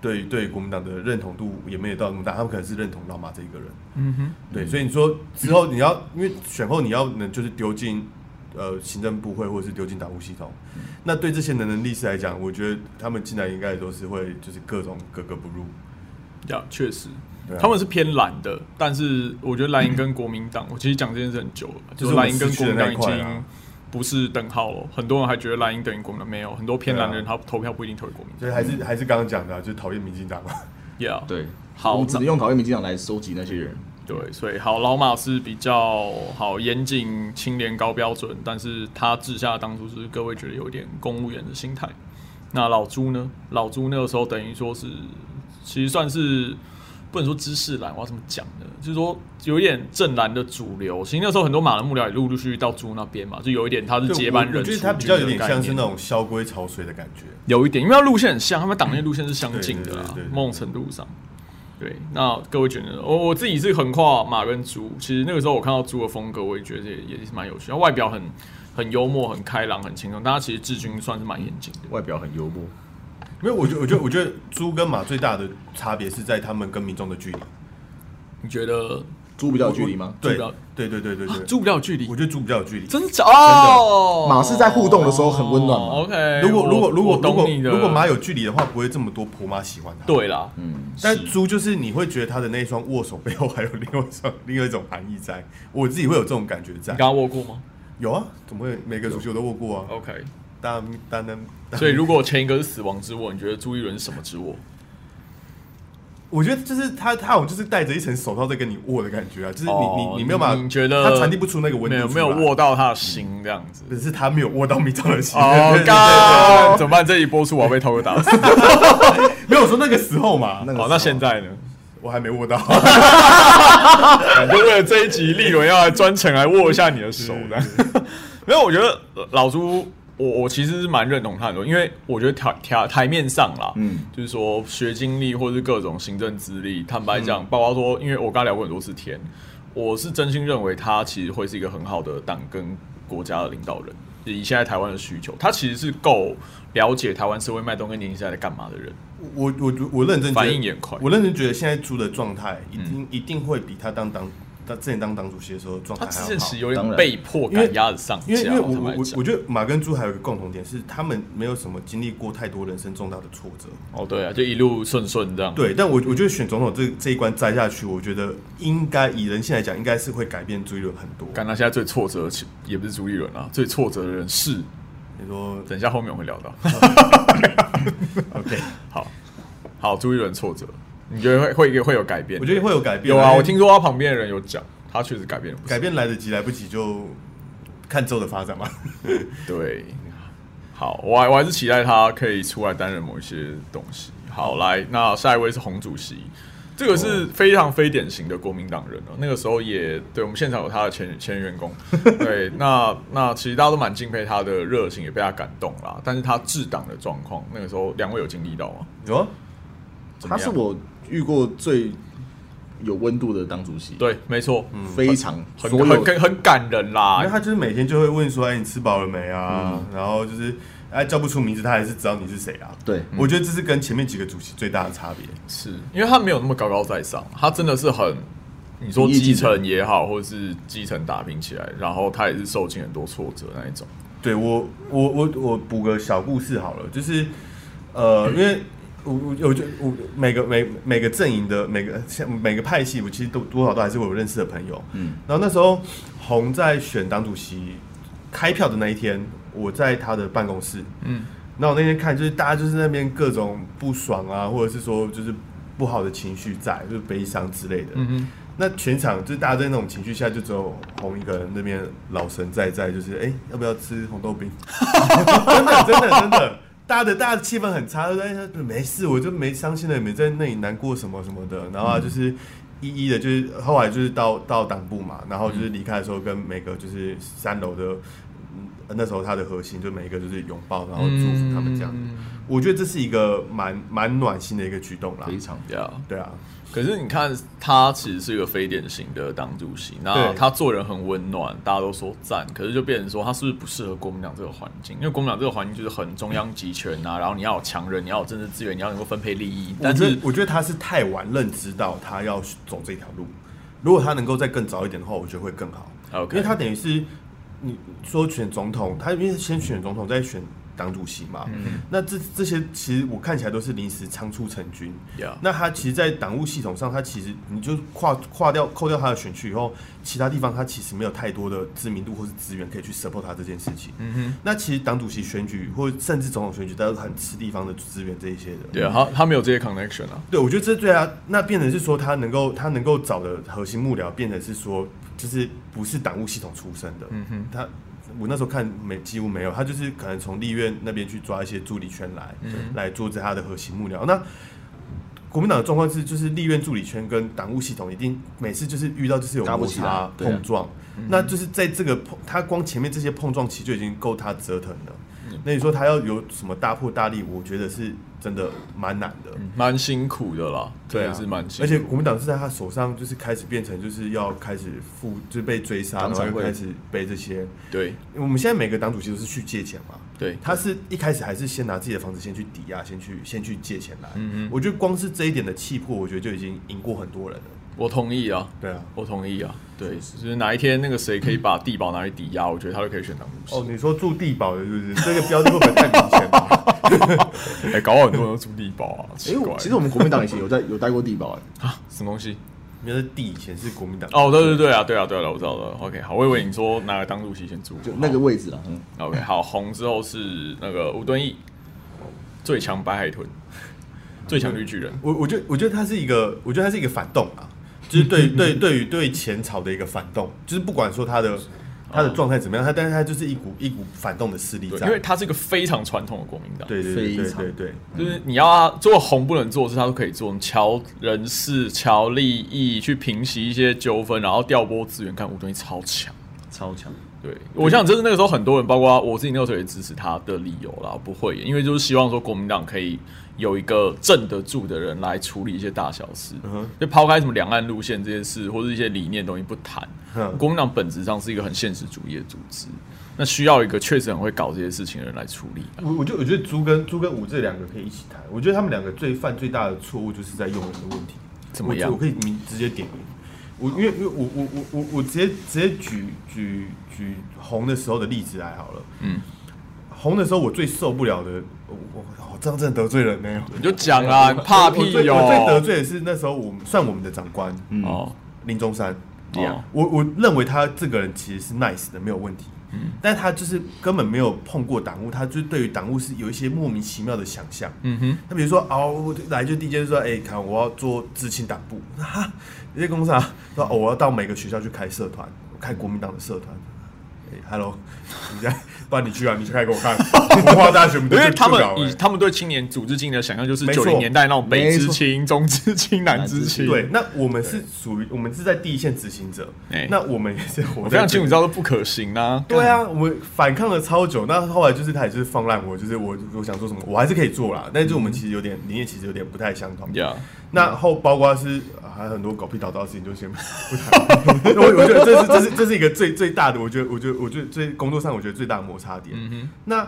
Speaker 2: 对对国民党的认同度也没有到那么大，他们可能是认同老马这一个人。
Speaker 1: 嗯哼，
Speaker 2: 对，所以你说之后你要，因为选后你要能就是丢进呃行政部会或者是丢进党务系统，那对这些能人力士来讲，我觉得他们进来应该也都是会就是各种格格不入。
Speaker 1: 呀，确实
Speaker 2: 对啊。
Speaker 1: 他们是偏蓝的，但是我觉得蓝营跟国民党，我其实讲这件事很久了，
Speaker 2: 嗯
Speaker 1: 就
Speaker 2: 就
Speaker 1: 是是
Speaker 2: 我们
Speaker 1: 蓝营跟国民党已
Speaker 2: 失去的那一块啊
Speaker 1: 经不是等号了。很多人还觉得蓝营等于国民党，没有，很多偏蓝的人
Speaker 2: 对啊
Speaker 1: 他投票不一定投给国民党。
Speaker 2: 所以还是、还是刚刚讲的啊、就是讨厌民进党嘛。
Speaker 1: Yeah，
Speaker 3: 对，
Speaker 1: 好
Speaker 3: 我们只能用讨厌民进党来收集那些人。
Speaker 1: 对，所以好，老马是比较好严谨、清廉、高标准，但是他治下当初是各位觉得有点公务员的心态。那老朱呢？老朱那个时候等于说是，其实算是不能说知识蓝，我要怎么讲呢？就是说有一点正蓝的主流。其实那时候很多马的幕僚也陆陆续续到朱那边嘛，就有一点他是
Speaker 2: 就
Speaker 1: 接
Speaker 2: 我
Speaker 1: 班人
Speaker 2: 我觉得
Speaker 1: 出
Speaker 2: 他比较
Speaker 1: 局
Speaker 2: 有
Speaker 1: 的
Speaker 2: 点
Speaker 1: 概
Speaker 2: 像是
Speaker 1: 念
Speaker 2: 那种萧规潮水的感觉。
Speaker 1: 有一点，因为它路线很像，他们党内路线是相近的啦啊
Speaker 2: 对对对对，对
Speaker 1: 某种程度上。对，那各位觉得呢，我我自己是横跨马跟猪，其实那个时候我看到猪的风格，我也觉得也也是蛮有趣的，他外表很很幽默、很开朗、很轻松，但他其实治军算是蛮严谨的。
Speaker 3: 外表很幽默，
Speaker 2: 没有，我觉得我觉得我觉得猪跟马最大的差别是在他们跟民众的距离。
Speaker 1: 你觉得
Speaker 3: 猪比较有距离吗？
Speaker 1: 猪
Speaker 2: 对
Speaker 1: 比较啊
Speaker 2: 对对对对对，
Speaker 1: 猪比较有距离
Speaker 2: 我？觉得猪比较有距离。
Speaker 1: 真假哦，
Speaker 3: 马是在互动的时候很温暖嘛
Speaker 1: OK，
Speaker 2: 如果如果
Speaker 1: 我
Speaker 2: 如
Speaker 1: 我
Speaker 2: 果如
Speaker 1: 懂
Speaker 2: 果
Speaker 1: 你的，
Speaker 2: 如果马有距离的话，不会这么多婆妈喜欢他。，
Speaker 1: 对啦，
Speaker 3: 嗯
Speaker 2: 但猪就是你会觉得他的那一双握手背后还有另外一双另外一种含义在，我自己会有这种感觉在
Speaker 1: 你。刚刚握过吗
Speaker 2: 有啊，怎么会每个足球都握过啊？
Speaker 1: ？OK，
Speaker 2: 大大能，大
Speaker 1: 所以如果前一个是死亡之握，你觉得朱一伦是什么之握？
Speaker 2: 我觉得就是他他好像就是带着一层手套在跟你握的感觉啊，就是你、
Speaker 1: 哦
Speaker 2: 你你没有办法，
Speaker 1: 你觉得
Speaker 2: 他传递不出那个温
Speaker 1: 没
Speaker 2: 度
Speaker 1: 有
Speaker 2: 出
Speaker 1: 没有
Speaker 2: 来啊
Speaker 1: 握到他的心这样子。
Speaker 2: 可是他没有握到民众的心。
Speaker 1: 哦
Speaker 2: 对，对对
Speaker 1: 干怎么办？这一播出我要被涛哥打死。
Speaker 2: 没有我说那个时候嘛，
Speaker 3: 那个
Speaker 1: 好，那现在呢？
Speaker 2: 我还没握到。
Speaker 1: 就为了这一集，立伦要来专程来握一下你的手的。没有，我觉得呃老朱，我我其实是蛮认同他很多，因为我觉得台台台面上啦，
Speaker 3: 嗯
Speaker 1: 嗯，就是说学经历或是各种行政资历，坦白讲，包括说，因为我刚才聊过很多次天，我是真心认为他其实会是一个很好的党跟国家的领导人。以现在台湾的需求，他其实是够了解台湾社会脉动跟年轻时代在干嘛的人。
Speaker 2: 我我我认真觉得
Speaker 1: 反应也快嗯
Speaker 2: 我认真觉得现在猪的状态一定、一定会比他当当他之前当党主席的时候状态
Speaker 1: 他
Speaker 2: 还
Speaker 1: 之
Speaker 2: 要
Speaker 1: 前
Speaker 2: 好
Speaker 1: 其实。有
Speaker 3: 当
Speaker 1: 点
Speaker 3: 然
Speaker 1: 被迫赶鸭子上架，
Speaker 2: 因为因为我
Speaker 1: 坦白
Speaker 2: 我我
Speaker 1: 讲
Speaker 2: 我觉得马跟猪还有一个共同点是，他们没有什么经历过太多人生重大的挫折。
Speaker 1: 哦，对啊，就一路顺顺这样。
Speaker 2: 对，但我我觉得选总统这这一关摘下去，我觉得应该以人性来讲，应该是会改变朱一伦很多。
Speaker 1: 干他现在最挫折的其，也不是朱立伦啊，最挫折的人是，
Speaker 2: 你说
Speaker 1: 等一下后面我会聊 到。
Speaker 2: OK？
Speaker 1: 好，好，朱立伦挫折，你觉得会会会有改变？
Speaker 2: 我觉得会有改变。
Speaker 1: 有啊，
Speaker 2: 因为
Speaker 1: 我听说他旁边的人有讲，他确实改变了不少
Speaker 2: 改变来得及来不及就看之后的发展嘛。
Speaker 1: 对，好，我还我还是期待他可以出来担任某一些东西。好，来，那下一位是洪主席，这个
Speaker 2: 哦
Speaker 1: 是非常非典型的国民党人哦。那个时候也对我们现场有他的前前员 工，对，那那其实大家都蛮敬佩他的热情，也被他感动啦。但是他治党的状况，那个时候两位有经历到吗？
Speaker 2: 有啊，
Speaker 1: 怎么
Speaker 3: 他
Speaker 1: 样
Speaker 3: 是我遇过最有温度的当主席，，
Speaker 1: 对，没错，嗯
Speaker 3: 非常
Speaker 1: 很
Speaker 3: 所有
Speaker 1: 很很很感人
Speaker 2: 因为
Speaker 1: 啦。
Speaker 2: 他就是每天就会问说：“哎，你吃饱了没啊？”然后就是哎叫不出名字，他还是知道你是谁啊。
Speaker 3: 对
Speaker 2: 我觉得这是跟前面几个主席最大的差别。
Speaker 1: 是因为他没有那么高高在上，他真的是很，你说
Speaker 3: 平易近
Speaker 1: 基
Speaker 3: 人
Speaker 1: 层也好，或者是基层打拼起来，然后他也是受尽很多挫折那一种。
Speaker 2: 对我，我我我补个小故事好了，就是呃，因为我我我就我每个每每个阵营的每个像每个派系，我其实都多少都还是我有认识的朋友。嗯，然后那时候红在选党主席开票的那一天，我在他的办公室。嗯，那我那天看就是大家就是那边各种不爽啊，或者是说就是不好的情绪在，就是悲伤之类的。嗯
Speaker 1: 哼
Speaker 2: 那全场就是大家在那种情绪下，就只有红一个人那边老神在在，就是哎、诶要不要吃红豆饼？真的真的真的，大家的大家的气氛很差，就在那边没事，我就没伤心了，也没在那里难过什么什么的。然后啊就是一一的，就是后来就是到到党部嘛，然后就是离开的时候跟每个就是三楼的。嗯那时候他的核心就每一个就是拥抱，然后祝福他们这样子，
Speaker 3: 嗯
Speaker 2: 我觉得这是一个蛮蛮暖心的一个举动啦。
Speaker 3: 非常
Speaker 1: 对啊，
Speaker 2: 对啊，
Speaker 1: 可是你看，他其实是一个非典型的党主席，那
Speaker 2: 对
Speaker 1: 他做人很温暖，大家都说赞。可是就变成说，他是不是不适合国民党这个环境？因为国民党这个环境就是很中央集权啊，然后你要有强人，你要有政治资源，你要能够分配利益。但
Speaker 2: 我觉
Speaker 1: 是
Speaker 2: 得我觉得他是太晚认知到他要走这条路。如果他能够再更早一点的话，我觉得会更好。
Speaker 1: OK
Speaker 2: 因为他等于是你说选总统，他因为先选总统，再选党主席嘛。
Speaker 1: 嗯
Speaker 2: 那这这些其实我看起来都是临时仓促成军。
Speaker 1: Yeah
Speaker 2: 那他其实，在党务系统上，他其实你就跨跨掉扣掉他的选区以后，其他地方他其实没有太多的知名度或是资源可以去 support 他这件事情。嗯哼。那其实党主席选举或甚至总统选举，都是很吃地方的资源这一些的。
Speaker 1: 对啊，他他没有这些 connection 啊。
Speaker 2: 对，我觉得这对啊，那变成是说他能够他能够找的核心幕僚，变成是说就是不是党务系统出身的，嗯哼，他我那时候看没几乎没有，他就是可能从立院那边去抓一些助理圈来、来做这他的核心幕僚。那国民党的状况是，就是立院助理圈跟党务系统一定每次就是遇到就是有
Speaker 3: 搭不
Speaker 2: 摩
Speaker 3: 起
Speaker 2: 擦
Speaker 3: 来对啊
Speaker 2: 碰撞，那就是在这个碰，他光前面这些碰撞期就已经够他折腾了。
Speaker 3: 嗯
Speaker 2: 那你说他要有什么大破大立，我觉得是真的蛮难
Speaker 3: 哎
Speaker 2: 的。
Speaker 1: 蛮辛苦的啦，
Speaker 2: 对
Speaker 1: 真
Speaker 2: 啊，
Speaker 1: 的是蛮辛苦。
Speaker 2: 而且国民党是在他手上，就是开始变成就是要开始负，就是被追杀，然
Speaker 3: 党
Speaker 2: 后
Speaker 3: 产
Speaker 2: 又
Speaker 3: 会
Speaker 2: 开始背这些。
Speaker 1: 对
Speaker 2: 我们现在每个党主席都是去借钱嘛，
Speaker 1: 对，
Speaker 2: 他是一开始还是先拿自己的房子先去抵押，先去先去借钱来。嗯嗯，我觉得光是这一点的气魄，我觉得就已经赢过很多人了。
Speaker 1: 我同意啊，
Speaker 2: 对啊，
Speaker 1: 我同意啊，对，就是哪一天那个谁可以把地保拿去抵押，我觉得他就可以选党主
Speaker 2: 哦，
Speaker 1: 席。
Speaker 2: 你说住地堡的是不是？这个标的会不会太明显啊 了？
Speaker 1: 哎、搞好很多人都住地保啊，奇
Speaker 3: 哎，
Speaker 1: 怪。
Speaker 3: 我其实我们国民党以前有在有待过地保，哎，
Speaker 1: 啊，什么东西？
Speaker 2: 因为地以前是国民党
Speaker 1: 哦，对对对啊，对啊，对啊，对啊我知道了。OK，好，我以为你说拿来当主席先住，
Speaker 3: 就那个位置啊，嗯，
Speaker 1: 好 OK，好，红之后是那个吴敦义，最强白海 豚，最强绿巨人。
Speaker 2: 我我觉得我觉得它是一个，我觉得它是一个反动啊，就是 对对对于对前朝的一个反动，就是哦不管说他的他的状态怎么样，他但是他就是一股一股反动的势力
Speaker 1: 对，
Speaker 2: 在，
Speaker 1: 因为他是一个非常传统的国民党，
Speaker 2: 对对对
Speaker 3: 非
Speaker 2: 对
Speaker 3: 常
Speaker 2: 对对，
Speaker 1: 就是你要他做红不能做的事，他都可以做，乔人事、乔利益去平息一些纠纷，然后调拨资源。看吴敦义超强，
Speaker 3: 超强，
Speaker 1: 对我想这是那个时候很多人，包括我自己那个时候也支持他的理由啦，我不会演，因为就是希望说国民党可以有一个镇得住的人来处理一些大小事，
Speaker 2: 嗯
Speaker 1: 就抛开什么两岸路线这些事或者一些理念东西不谈，
Speaker 2: 哼
Speaker 1: 国民党本质上是一个很现实主义的组织，那需要一个确实很会搞这些事情的人来处理啊。
Speaker 2: 我我就我觉得朱跟朱跟武这两个可以一起谈，我觉得他们两个最犯最大的错误就是在用人的问题，
Speaker 1: 怎么样
Speaker 2: 我我可以明直接点名。我因为因为我我我我我直接直接举举举红的时候的例子来好了，嗯，红的时候我最受不了的，我我我这样真的得罪人没有？
Speaker 1: 你就讲啊，你怕屁
Speaker 2: 我最
Speaker 1: 哟、
Speaker 2: 我最得罪嗯的是那时候我们算我们的长官
Speaker 1: 哦，
Speaker 2: 林中山，
Speaker 1: Yeah
Speaker 2: 我我认为他这个人其实是 nice 的，没有问题。
Speaker 1: 嗯
Speaker 2: 但他就是根本没有碰过党务，他就对于党务是有一些莫名其妙的想象。嗯哼，他比如说哦，我来就第一件事说，哎、看我要做知青党部， 哈，你在公司啊，说哦，我要到每个学校去开社团，开国民党的社团。哎、h e l l o 你在，不然你去啊，你去开给 我看，文化大学我们
Speaker 1: 因
Speaker 2: 都
Speaker 1: 为
Speaker 2: 去
Speaker 1: 他们
Speaker 2: 不了哎
Speaker 1: 以他们对青年组织青年的想象就是
Speaker 2: 没
Speaker 1: 九
Speaker 2: 错
Speaker 1: 零年代那种北
Speaker 3: 没
Speaker 1: 知
Speaker 3: 错
Speaker 1: 青、中知青、南知青，
Speaker 2: 对，那我们是属于我们是在第一线执行者
Speaker 1: 哎，
Speaker 2: 那我们也是活
Speaker 1: 我
Speaker 2: 在
Speaker 1: 非常清楚
Speaker 2: 这
Speaker 1: 知道是不可行啊。
Speaker 2: 对啊，我们反抗了超久，那后来就是他也就是放烂我，就是我我想做什么，我还是可以做啦。但是我们其实有点理念，其实有点不太相同。
Speaker 1: 呀
Speaker 2: 那后包括是啊还有很多狗屁倒灶的事情，就先不不谈。 我我觉得这是这是这是一个最最大的，我觉得我觉得我觉得最工作上我觉得最大的摩擦点。那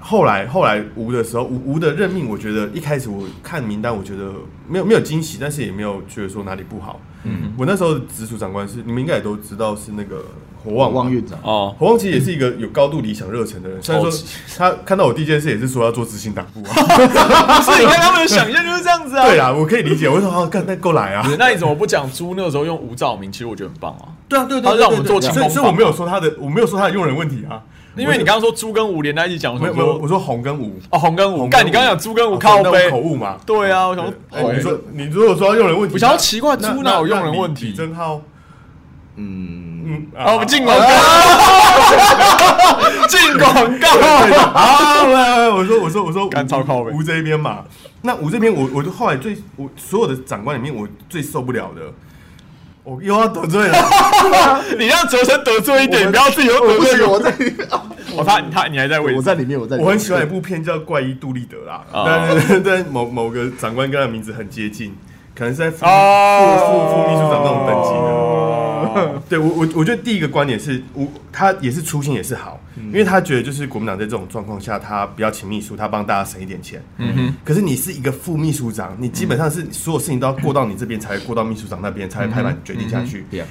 Speaker 2: 后来后来吴的时候，吴吴的任命，我觉得一开始我看名单，我觉得没有没有惊喜，但是也没有觉得说哪里不好。嗯，我那时候的直属长官是你们应该也都知道是那个火旺
Speaker 3: 望院长，
Speaker 6: 哦，
Speaker 2: 侯旺其实也是一个有高度理想热忱的人，虽然说
Speaker 6: 超级
Speaker 2: 他看到我第一件事也是说要做执行党部啊。
Speaker 1: 所以你看他们的想象就是这样子啊。
Speaker 2: 对啦，我可以理解，我说啊，干那够来啊。
Speaker 1: 对那你怎么不讲猪那个时候用吴兆明？其实我觉得很棒啊，
Speaker 2: 对啊，对
Speaker 1: 对他让我们做
Speaker 2: 所
Speaker 1: 进
Speaker 2: 以
Speaker 1: 攻
Speaker 2: 所以我没有说他的，我没有说他的用人问题啊，
Speaker 1: 因为你刚刚说猪跟吴连在一起讲，我
Speaker 2: 没
Speaker 1: 想
Speaker 2: 有没有，
Speaker 1: 说
Speaker 2: 我说红跟吴，
Speaker 1: 哦红跟
Speaker 2: 红
Speaker 1: 吴，
Speaker 2: 跟
Speaker 1: 干
Speaker 2: 吴
Speaker 1: 你刚刚讲猪跟吴
Speaker 2: 啊
Speaker 1: 靠
Speaker 2: 那我
Speaker 1: 背，
Speaker 2: 口误嘛。
Speaker 1: 对啊，我想说
Speaker 2: 对哎，
Speaker 1: 红
Speaker 2: 你说你如果说要用人问题，
Speaker 1: 我想要
Speaker 2: 那
Speaker 1: 奇怪
Speaker 2: 那
Speaker 1: 猪哪有
Speaker 2: 那
Speaker 1: 用人
Speaker 2: 那
Speaker 1: 问
Speaker 2: 李
Speaker 1: 题
Speaker 2: 李正浩，
Speaker 3: 嗯，
Speaker 2: 嗯，
Speaker 1: 啊，我们进广告， 进广 告，
Speaker 2: 啊，喂喂我说我说我说，
Speaker 1: 干超靠北
Speaker 2: 吴这一边嘛，那吴这边我我就后来最我所有的长官里面我最受不了的，我又要得罪了。
Speaker 1: 你让哲生得罪一点，你不要自己又
Speaker 3: 我
Speaker 1: 得
Speaker 3: 不
Speaker 1: 罪
Speaker 3: 行，
Speaker 1: 我
Speaker 3: 我。在，
Speaker 1: 我他他你还在位置，
Speaker 3: 我在 里面，我在里面，
Speaker 2: 我很啊喜欢一部片叫《怪医杜立德》啦，
Speaker 6: 哦
Speaker 2: 但但某某个长官跟他的名字很接近，可能是在副副
Speaker 1: 哦
Speaker 2: 副副秘书长那种等级的。对我我我觉得第一个观点是，我他也是初心也是好，因为他觉得就是国民党在这种状况下，他不要请秘书，他帮大家省一点钱。嗯哼。可是你是一个副秘书长，你基本上是所有事情都要过到你这边，才会过到秘书长那边，才会拍板决定下去。
Speaker 3: Yeah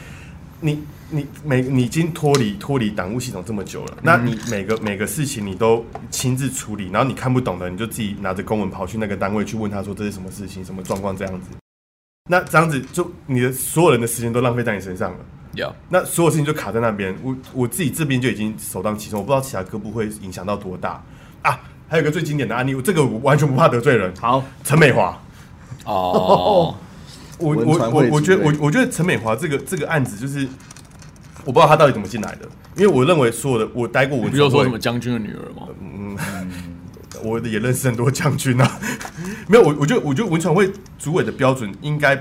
Speaker 2: 你你每你已经脱离脱离党务系统这么久了，那你每个每个事情你都亲自处理，然后你看不懂的，你就自己拿着公文跑去那个单位去问他说这是什么事情、什么状况这样子。那这样子就你的所有人的时间都浪费在你身上了，
Speaker 1: Yeah
Speaker 2: 那所有事情就卡在那边。我我自己这边就已经首当其冲，我不知道其他各部会影响到多大啊。还有一个最经典的案例，这个我完全不怕得罪人。
Speaker 3: 好，
Speaker 2: 陈美华，
Speaker 1: 哦，
Speaker 2: 我
Speaker 3: 文
Speaker 2: 我
Speaker 3: 传
Speaker 2: 我
Speaker 3: 会
Speaker 2: 我
Speaker 3: 之
Speaker 2: 觉得
Speaker 3: 类
Speaker 2: 我我觉得陈美华这个这个案子就是，我不知道他到底怎么进来的，因为我认为 所有的我待过文
Speaker 1: 你
Speaker 2: 传
Speaker 1: 不
Speaker 2: 会，
Speaker 1: 就说什么将军的女儿吗？
Speaker 2: 我也认识很多将军啊， 没有我我觉得我觉得文传会主委的标准应该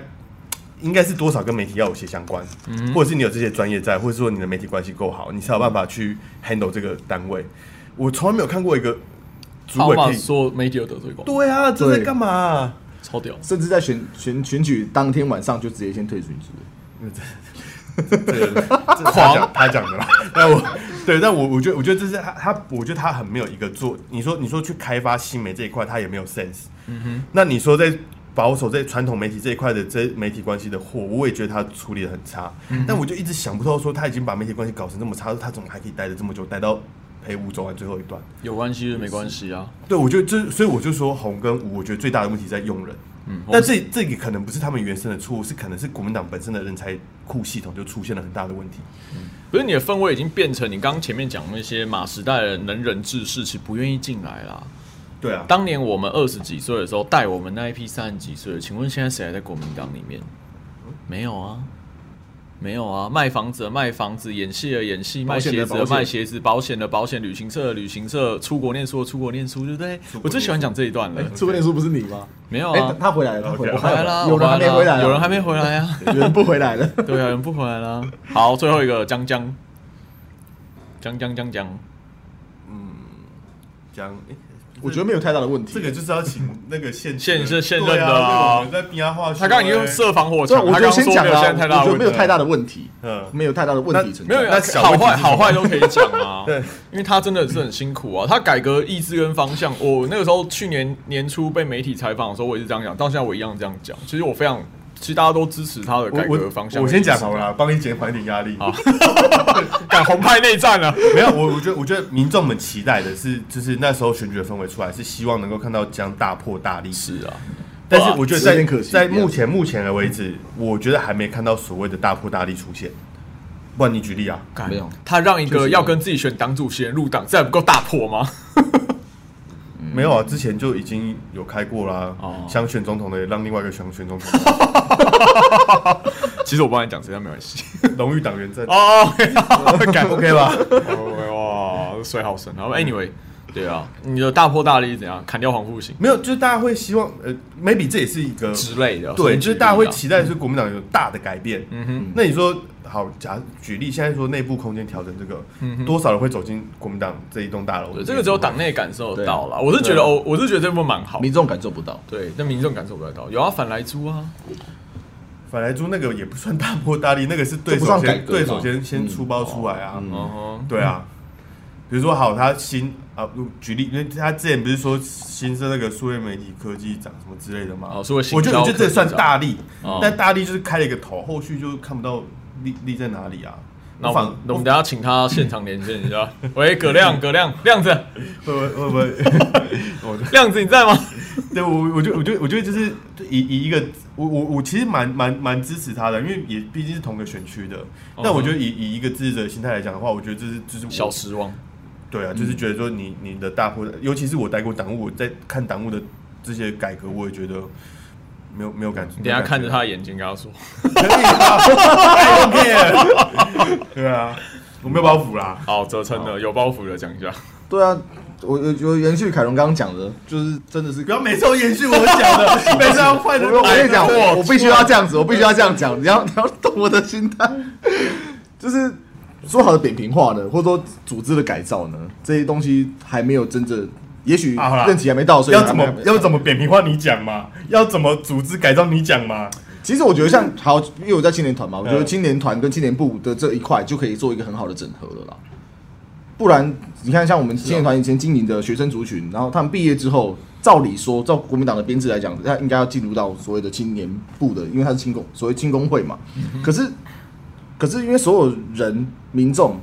Speaker 2: 应该是多少跟媒体要有些相关，
Speaker 1: 嗯
Speaker 2: 或者是你有这些专业在，或者说你的媒体关系够好，你才有办法去 handle 这个单位。我从来没有看过一个主
Speaker 1: 他
Speaker 2: 委
Speaker 1: 把
Speaker 2: 可以，
Speaker 1: 所有媒体都得罪过，
Speaker 2: 对啊，这在
Speaker 3: 对
Speaker 2: 干嘛啊、
Speaker 1: 超屌。
Speaker 3: 甚至在选选选举当天晚上就直接先退出组。
Speaker 2: 对， 这是他讲他讲的啦。 那我对，但我我觉得我觉得这是他他，我觉得他很没有一个做。你说你说去开发新媒这一块，他也没有 sense。嗯哼。那你说在保守在传统媒体这一块的这媒体关系的货，我也觉得他处理的很差。但我就一直想不透，说他已经把媒体关系搞成这么差，他怎么还可以待的这么久，待到陪吴走完最后一段？
Speaker 1: 有关系就没关系啊，
Speaker 2: 对，我觉得这，所以我就说红跟吴，我觉得最大的问题在用人。嗯，但这这个可能不是他们原生的错误，是可能是国民党本身的人才库系统就出现了很大的问题。
Speaker 1: 不是你的氛围已经变成你刚刚前面讲那些马时代的能人志士，其实不愿意进来啦。
Speaker 2: 对啊，
Speaker 1: 当年我们二十几岁的时候，带我们那一批三十几岁的，请问现在谁还在国民党里面？没有啊，没有啊，卖房子的卖房子，演戏的演戏，卖
Speaker 3: 保险的
Speaker 1: 鞋子
Speaker 3: 保
Speaker 1: 的
Speaker 3: 险
Speaker 1: 卖鞋子，保险的保险，旅行社的旅行社，出国念书的出国念书，对不对？
Speaker 2: 国
Speaker 1: 我最喜欢讲这一段了。
Speaker 3: 出国念书不是你吗？
Speaker 1: 没有
Speaker 3: 哎
Speaker 1: 啊，，
Speaker 3: 他回来了，他回来
Speaker 1: 我回来啦，
Speaker 3: 了，有人还没回来啊，
Speaker 1: 有人还没回来啊。
Speaker 3: 有人不回来了。
Speaker 1: 对啊，有人不回来啦。好，最后一个江江，江江江江，
Speaker 2: 讲，诶
Speaker 3: 我觉得没有太大的问题。
Speaker 2: 这个就是要请那个现
Speaker 1: 现是现任
Speaker 2: 对
Speaker 1: 的啊
Speaker 2: 啊，我们在边画
Speaker 1: 他刚刚已经设防火
Speaker 3: 对
Speaker 1: 墙
Speaker 3: 啊，，我
Speaker 1: 他
Speaker 3: 就
Speaker 1: 刚刚说
Speaker 3: 先
Speaker 1: 没
Speaker 3: 讲
Speaker 1: 有
Speaker 3: 了，
Speaker 1: 现在太大
Speaker 3: 我
Speaker 1: 的
Speaker 3: 觉得
Speaker 1: 问
Speaker 3: 没
Speaker 1: 题
Speaker 3: 有太大的问题，
Speaker 2: 嗯
Speaker 3: 没有太大的问题存
Speaker 1: 没有
Speaker 3: 在。
Speaker 1: 那
Speaker 2: 小
Speaker 1: 好
Speaker 2: 问题
Speaker 1: 坏
Speaker 2: 是
Speaker 1: 好
Speaker 2: 什么
Speaker 1: 坏都可以讲啊。
Speaker 2: 对，
Speaker 1: 因为他真的是很辛苦啊。他改革意志跟方向，我那个时候去年年初被媒体采访的时候，我也是这样讲，到现在我一样这样讲。其实我非常，其实大家都支持他的改革方向
Speaker 2: 我 先讲好了啦，帮你减缓一点压力。
Speaker 1: 改红派内战啊了。
Speaker 2: 没有，我我觉得我觉得民众们期待的是，就是那时候选举的氛围出来，是希望能够看到江大破大立。
Speaker 1: 是啊，
Speaker 2: 但是我觉得在
Speaker 3: 有点可惜
Speaker 2: 在目前目前的为止，我觉得还没看到所谓的大破大立出现。不然你举例啊？
Speaker 1: 干
Speaker 3: 没有
Speaker 1: 他让一
Speaker 3: 确
Speaker 1: 个
Speaker 3: 实
Speaker 1: 要跟自己选党主席的人入党，这还不够大破吗？
Speaker 2: 没有啊，之前就已经有开过啦
Speaker 1: 嗯哦。
Speaker 2: 想选总统的也让另外一个想选总 统的，
Speaker 1: 其实我帮你讲，实在没关系。
Speaker 2: 荣誉党员证
Speaker 1: 哦，OK，
Speaker 2: ，OK 吧？嗯
Speaker 1: 哇，水好深。然后啊 anyway，对啊，你的大破大立怎样？砍掉黄复兴
Speaker 2: 没有，就是大家会希望，呃，maybe 这也是一个
Speaker 1: 之类的，
Speaker 2: 对，就是大家会期
Speaker 1: 待。
Speaker 2: 待说国民党有大的改变。嗯哼，那你说好，假举例，现在说内部空间调整这个，多少人会走进国民党这一栋大楼？
Speaker 1: 对，这个只有党内感受得到
Speaker 2: 啊
Speaker 1: 了。我是觉得，哦，我是觉得这部分蛮好。
Speaker 3: 民众感受不到。
Speaker 1: 对，但民众感受不到，有啊，反来租啊，
Speaker 2: 反来猪那个也不算大破大立，那个是对
Speaker 3: 这不算
Speaker 2: 手
Speaker 3: 改
Speaker 2: 先
Speaker 3: 革吗
Speaker 2: 对手先先出包出来啊。
Speaker 1: 哦，
Speaker 2: 对啊，比如说好，他新啊，举例，因为他之前不是说新设那个数位媒体科技长什么之类的吗？
Speaker 1: 哦数位行销
Speaker 2: 我觉得我觉得这算
Speaker 1: 科技长
Speaker 2: 大力
Speaker 1: 哦，
Speaker 2: 但大力就是开了一个头，后续就看不到力力在哪里啊。
Speaker 1: 那
Speaker 2: 我
Speaker 1: 我
Speaker 2: 反
Speaker 1: 们那我们等一下请他现场连线一 下。喂，葛亮，葛亮，亮子，
Speaker 2: 会不会会不 会？我
Speaker 1: 亮子你在吗？
Speaker 2: 对我我就我就我觉得就是以以一个我我我其实蛮蛮蛮支持他的，因为也毕竟是同个选区的。但我觉得以以一个支持者的心态来讲的话，我觉得这是就是
Speaker 1: 哦
Speaker 2: 我
Speaker 1: 小失望，
Speaker 2: 对
Speaker 1: 嗯
Speaker 2: 啊，就是觉得说你你的大或，尤其是我待过党务，我在看党务的这些改革，我也觉得没有没有感觉。
Speaker 1: 你等一下看着他
Speaker 2: 没
Speaker 1: 的眼睛跟他说，
Speaker 2: 有感觉，可以吧？I don't care Oh, 对啊，我没有包袱啦。
Speaker 1: 好，折撑的，有包袱的讲一下。
Speaker 3: 对啊，我我我延续凯龙刚刚讲的，就是真的是
Speaker 2: 不要每次都延续 我讲 的，每次要换的。
Speaker 3: 我我跟你讲，
Speaker 2: 哎
Speaker 3: 我我必须要这样子，我必须要这样讲，你要 你要懂我的心态， 就是说好的扁平化呢，或者说组织的改造呢，这些东西还没有真正，也许
Speaker 2: 啊好啦
Speaker 3: 任期还没到，所以
Speaker 2: 要
Speaker 3: 还
Speaker 2: 怎
Speaker 3: 没
Speaker 2: 么要怎么扁平化你讲嘛？要怎么组织改造你讲嘛？
Speaker 3: 其实我觉得像好，因为我在青年团嘛，我觉得
Speaker 2: 嗯
Speaker 3: 青年团跟青年部的这一块就可以做一个很好的整合了啦。不然你看，像我们青年团以前经营的学生族群，然后他们毕业之后，照理说，照国民党的编制来讲，他应该要进入到所谓的青年部的，因为他是青工，所谓青工会嘛。可是，可是因为所有人民众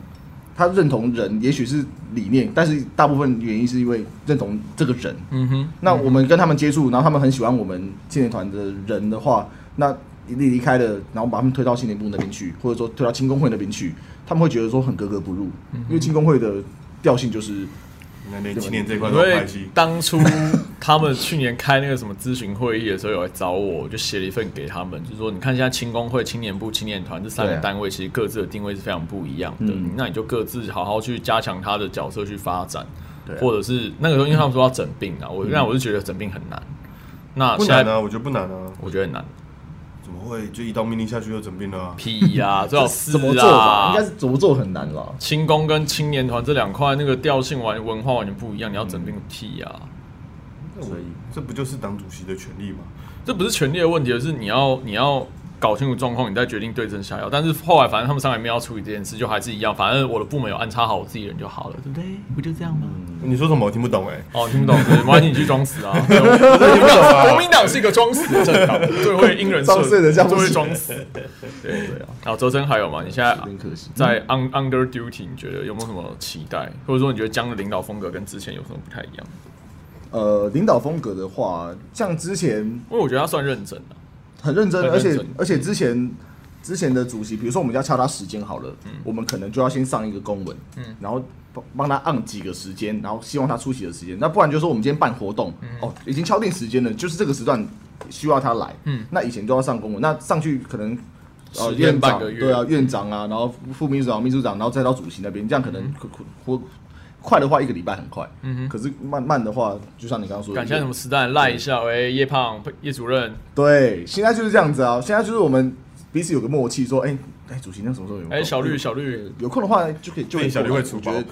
Speaker 3: 他认同人，也许是理念，但是大部分原因是因为认同这个人，
Speaker 1: 嗯哼，
Speaker 3: 那我们跟他们接触，然后他们很喜欢我们青年团的人的话，那你离开了，然后把他们推到青年部那边去，或者说推到青工会那边去，他们会觉得说很格格不入，因为青工会的调性就是
Speaker 2: 你看连青年这一块都
Speaker 1: 因为
Speaker 2: 关系。
Speaker 1: 当初他们去年开那个什么咨询会议的时候，有来找我，我就写了一份给他们，就是说，你看现在青工会、青年部、青年团这三个
Speaker 3: 对啊
Speaker 1: 单位，其实各自的定位是非常不一样的。
Speaker 3: 嗯
Speaker 1: 那你就各自好好去加强他的角色去发展，
Speaker 3: 对啊嗯
Speaker 1: 或者是那个时候，因为他们说要整病啊，我那我是觉得整病很难。那
Speaker 2: 不
Speaker 1: 现
Speaker 2: 难
Speaker 1: 在
Speaker 2: 啊，我觉得不难啊，
Speaker 1: 我觉得很难
Speaker 2: 怎么会就一刀命令下去就整病了啊？
Speaker 1: ，P 啊， 最好四啊，
Speaker 3: 怎么做法，应该是怎么做很难了。
Speaker 1: 轻功跟青年团这两块那个调性完文化完全不一样，你要整病个屁啊！
Speaker 3: 所以
Speaker 2: 这不就是党主席的权利吗？
Speaker 1: 这不是权力的问题，而是你要你要搞清楚状况，你再决定对症下药。但是后来反正他们上来没有要处理这件事，就还是一样，反正我的部门有安插好我自己人就好了，对不对？不就这样吗？
Speaker 2: 你说什么？我听不懂哎、
Speaker 1: 哦，听不懂，对没关系，你去装死啊！
Speaker 2: 听不懂啊
Speaker 1: 国民党是一个装死的政党，最会因人
Speaker 3: 装睡的
Speaker 1: 最
Speaker 3: 像不
Speaker 1: 会
Speaker 3: 是
Speaker 1: 装死。对对啊。然后周深还有吗？你现在
Speaker 3: 有点可惜
Speaker 1: 在 un under duty，你觉得有没有什么期待，或者说你觉得江的领导风格跟之前有什么不太一样？
Speaker 3: 呃，领导风格的话，像之前
Speaker 1: 因为我觉得他算认真的、
Speaker 3: 很认真，
Speaker 1: 很
Speaker 3: 而
Speaker 1: 认真嗯
Speaker 3: 且而且之前之前的主席，比如说我们要敲他时间好了，
Speaker 1: 嗯
Speaker 3: 我们可能就要先上一个公文，然后帮帮他按几个时间，然后希望他出席的时间。那不然就说我们今天办活动，
Speaker 1: 嗯
Speaker 3: 哦，已经敲定时间了，就是这个时段需要他来。嗯，那以前都要上公文，那上去可能。呃，
Speaker 1: 时间
Speaker 3: 院
Speaker 1: 半
Speaker 3: 长
Speaker 1: 个月
Speaker 3: 对啊，院长啊，然后副秘书长、秘书长，然后再到主席那边，这样可
Speaker 1: 嗯
Speaker 3: 能可可或快的话一个礼拜很快，嗯可是慢慢的话，就像你刚刚说的，
Speaker 1: 感谢什么时代赖一下，喂，叶胖叶主任，
Speaker 3: 对，现在就是这样子啊，现在就是我们彼此有个默契，说，哎、哎、主席，那什么时候有空？
Speaker 1: 哎、小绿小绿，
Speaker 3: 有空的话就可以，就可
Speaker 2: 对
Speaker 3: 以
Speaker 2: 小绿会出
Speaker 3: 出
Speaker 2: 包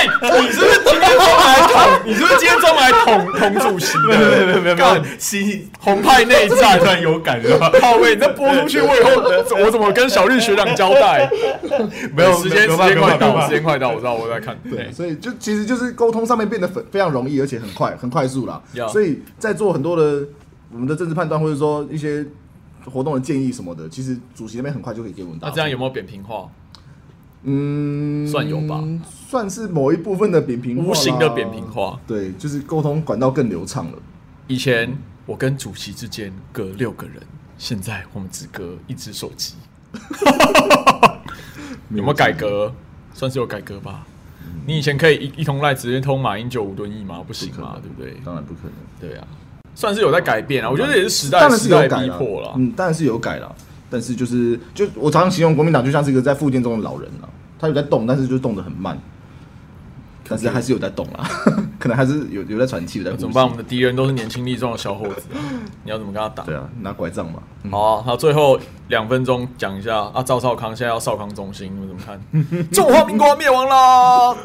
Speaker 1: 哎、你是不是今天专门来捅？你是不是今天专门来捅捅主席的？
Speaker 2: 没 有没有没有没有
Speaker 1: 干，
Speaker 2: 新
Speaker 1: 红派内
Speaker 2: 大
Speaker 1: 战
Speaker 2: 突。然有感是吧？
Speaker 1: 靠喂，你这播出去，我以后我怎么跟小绿学长交代？
Speaker 2: 没有
Speaker 1: 时间
Speaker 2: 没有
Speaker 1: 时间快
Speaker 2: 办法没有办
Speaker 1: 到，
Speaker 2: 法
Speaker 1: 时间快到，我知道我在看。对
Speaker 3: 对，所以就其实就是沟通上面变得非非常容易，而且很快很快速啦。
Speaker 1: Yeah
Speaker 3: 所以在做很多的我们的政治判断，或者说一些活动的建议什么的，其实主席那边很快就可以给我们
Speaker 1: 那
Speaker 3: 答案。
Speaker 1: 这样有没有扁平化？
Speaker 3: 嗯，
Speaker 1: 算有吧
Speaker 3: 嗯算是某一部分的扁平化啦
Speaker 1: 无形的扁平化
Speaker 3: 对，就是沟通管道更流畅了。
Speaker 1: 以前我跟主席之间隔六个人，现在我们只隔一只手 机。有没有改革？算是有改革吧。你以前可以一一通赖直接通马英九、吴敦义吗？不行嘛，对不对？
Speaker 3: 当然不可能。
Speaker 1: 对啊，算是有在改变啊。我觉得也是时代
Speaker 3: 当然
Speaker 1: 时
Speaker 3: 是有
Speaker 1: 代
Speaker 3: 改
Speaker 1: 逼
Speaker 3: 啦
Speaker 1: 迫了。啊
Speaker 3: 嗯，当然是有改了，但是就是就我常常形容国民党就像是一个在复健中的老人啊，他有在动，但是就动得很慢。但是还是有在动啦， 可能还是有有在喘气，有在呼吸
Speaker 1: 怎么办？我们的敌人都是年轻力壮的小伙子 啊、你要怎么跟他打？
Speaker 3: 对啊，拿拐杖嘛。嗯
Speaker 1: 好啊，那最后两分钟讲一下啊，赵少康现在要少康中心，你们怎么看？中华民国灭亡啦！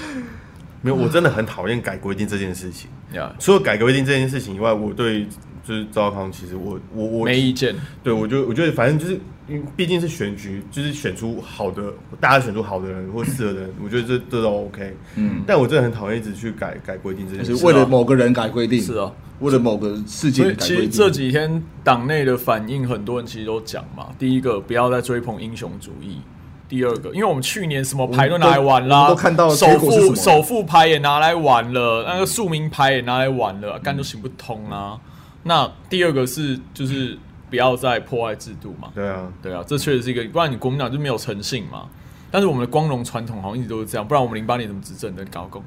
Speaker 2: 没有，我真的很讨厌改规定这件事情。
Speaker 1: 呀、
Speaker 2: 除了改革规定这件事情以外，我对就是赵少康，其实我我我
Speaker 1: 没意见，
Speaker 2: 对我就我觉得反正就是，因为毕竟是选举，就是选出好的，大家选出好的人或适合的人，我觉得这这都 OK。嗯，但我真的很讨厌一直去改改规定这件
Speaker 3: 就
Speaker 2: 事
Speaker 3: 是
Speaker 2: 情。
Speaker 3: 为了某个人改规定，
Speaker 1: 哦是啊，
Speaker 3: 为了某个
Speaker 1: 所
Speaker 3: 事件
Speaker 1: 以
Speaker 3: 改
Speaker 1: 其
Speaker 3: 规
Speaker 1: 实
Speaker 3: 定。
Speaker 1: 这几天党内的反应，很多人其实都讲嘛，第一个不要再追捧英雄主义。第二个，因为我们去年什么牌都拿来玩
Speaker 3: 我
Speaker 1: 啦，
Speaker 3: 们都看到
Speaker 1: 首
Speaker 3: 结果是什
Speaker 1: 富
Speaker 3: 么
Speaker 1: 首富牌也拿来玩了，那个庶民牌也拿来玩了，
Speaker 3: 嗯
Speaker 1: 干都行不通啊。那第二个是就是不要再破坏制度嘛，
Speaker 2: 对啊，
Speaker 1: 对啊，这确实是一个，不然你国民党就没有诚信嘛。但是我们的光荣传统好像一直都是这样，不然我们零八年怎么执政的高工？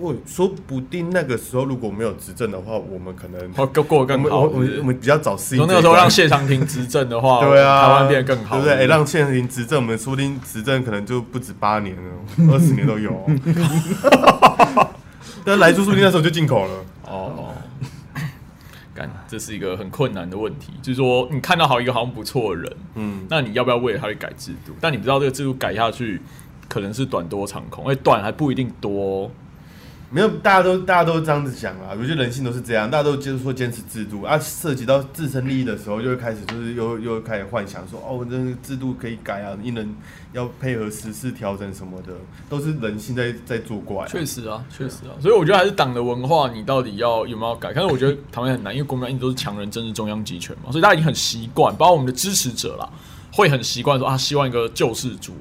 Speaker 2: 我说不定那个时候如果没有执政的话，我们可能
Speaker 1: 哦，过过得
Speaker 2: 我
Speaker 1: 更
Speaker 2: 们
Speaker 1: 好。
Speaker 2: 我们我们比较早适应
Speaker 1: 从
Speaker 2: 这
Speaker 1: 那个
Speaker 2: 一关。
Speaker 1: 时候让谢长廷执政的话，
Speaker 2: 对啊，
Speaker 1: 台湾变得更好，
Speaker 2: 对不对？哎、让谢长廷执政，我们说不定执政可能就不止八年了， 二十年都有、但来猪说不定那时候就进口了。
Speaker 1: 哦，干，这是一个很困难的问题，就是说你看到好一个好像不错的人，嗯，那你要不要为了他去改制度？但你不知道这个制度改下去，可能是短多长空，而且短还不一定多、哦。
Speaker 2: 没有，大家都大家都这样子想啦。我觉得人性都是这样，大家都就是说坚持制度啊，涉及到自身利益的时候，就会开始就是又又开始幻想说，哦，这个制度可以改啊，一人要配合时事调整什么的，都是人性在在作怪、啊。
Speaker 1: 确实啊，确实啊，所以我觉得还是党的文化，你到底要有没有改？但是我觉得台湾很难，因为国民党一直都是强人政治中央集权嘛，所以大家已经很习惯，包括我们的支持者啦，会很习惯说啊，希望一个救世主，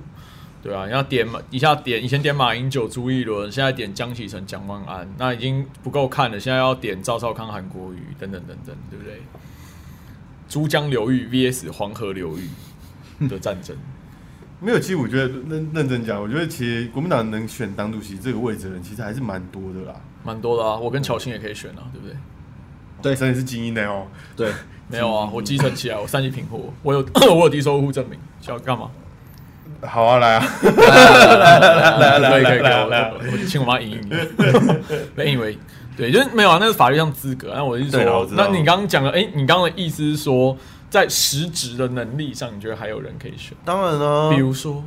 Speaker 1: 对啊，你要点马一下点以前点马英九、朱一伦，现在点江启臣、蒋万安，那已经不够看了，现在要点赵少康、韩国瑜等等等等，对不对？珠江流域 VS 黄河流域的战争，
Speaker 2: 没有，其实我觉得认认真讲，我觉得其实国民党能选党主席这个位置的人，其实还是蛮多的啦。
Speaker 1: 蛮多的啊，我跟乔欣也可以选啊，对不对？
Speaker 3: 对
Speaker 2: 真的是精英的哦。
Speaker 3: 对，
Speaker 1: 没有啊，我继承起来，我三级贫户，我有 我有低收入证明，需要干嘛？
Speaker 2: 好啊，来啊，
Speaker 1: 来
Speaker 2: 来
Speaker 1: 可以可以可
Speaker 2: 来
Speaker 1: 以，
Speaker 2: 来来
Speaker 1: 我我请我妈赢赢你。对因为对，就是没有啊，那是法律上资格。那我是
Speaker 2: 对啊啦我
Speaker 1: 说，
Speaker 2: 知道
Speaker 1: 那你刚刚讲的，哎，你刚刚的意思是说，在实质的能力上，你觉得还有人可以选？
Speaker 2: 当然啦、
Speaker 1: 比如说，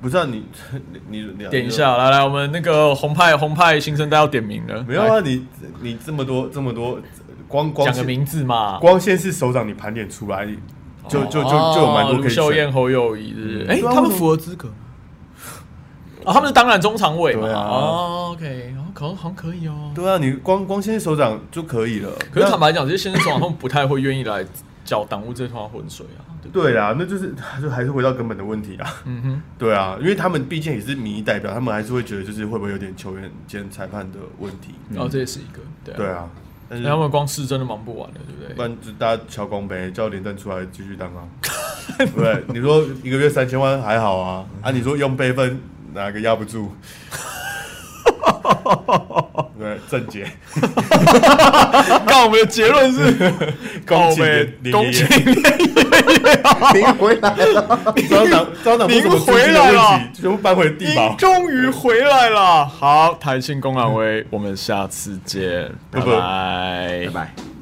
Speaker 2: 不是啊，你你你啊你
Speaker 1: 点一，下，来来，我们那个红派红派新生代要点名了，
Speaker 2: 没有
Speaker 1: 来
Speaker 2: 啊，你你这么多这么多，光光
Speaker 1: 讲个名字嘛，
Speaker 2: 光先是首长，你盘点出来，就就就就有蛮
Speaker 1: 哦
Speaker 2: 多可
Speaker 1: 卢
Speaker 2: 以
Speaker 1: 秀燕、
Speaker 2: 选。
Speaker 1: 侯友谊，是不是哎，
Speaker 2: 对啊
Speaker 1: 他们
Speaker 2: 为什么
Speaker 1: 符合资格吗。啊，他们是当然中常委嘛。
Speaker 2: 对啊
Speaker 1: 哦，OK，哦，可好像可以哦。
Speaker 2: 对啊，你光光先是首长就可以了。
Speaker 1: 可是
Speaker 2: 那
Speaker 1: 坦白讲，这些先生总统不太会愿意来搅党务这趟浑水啊，对不对？
Speaker 2: 对啦，那就是就还是回到根本的问题啊。
Speaker 1: 嗯哼，
Speaker 2: 对啊，因为他们毕竟也是民意代表，他们还是会觉得就是会不会有点球员兼裁判的问题。
Speaker 1: 然后这也是一个，对啊
Speaker 2: 对啊，但是
Speaker 1: 嗯那他们光市真的忙不完了，对不
Speaker 2: 不
Speaker 1: 对？
Speaker 2: 然就大家敲光呗，叫连战出来继续当啊。 对不对，你说一个月三千万还好啊，啊，你说用备份哪个压不住？ 对，郑杰，
Speaker 1: 刚我们的结论是
Speaker 2: 恭请
Speaker 1: 呗
Speaker 2: 林林
Speaker 1: 恭
Speaker 2: 爷
Speaker 1: 请
Speaker 2: 爷，
Speaker 3: 您回来了，
Speaker 2: 招党招党不怎么
Speaker 1: 您回来了
Speaker 2: 问题，全部搬回地
Speaker 1: 您
Speaker 2: 堡。
Speaker 1: 终于回来了。好，台庆公然威，我们下次见，
Speaker 2: 拜拜
Speaker 1: 拜拜
Speaker 3: 拜。拜。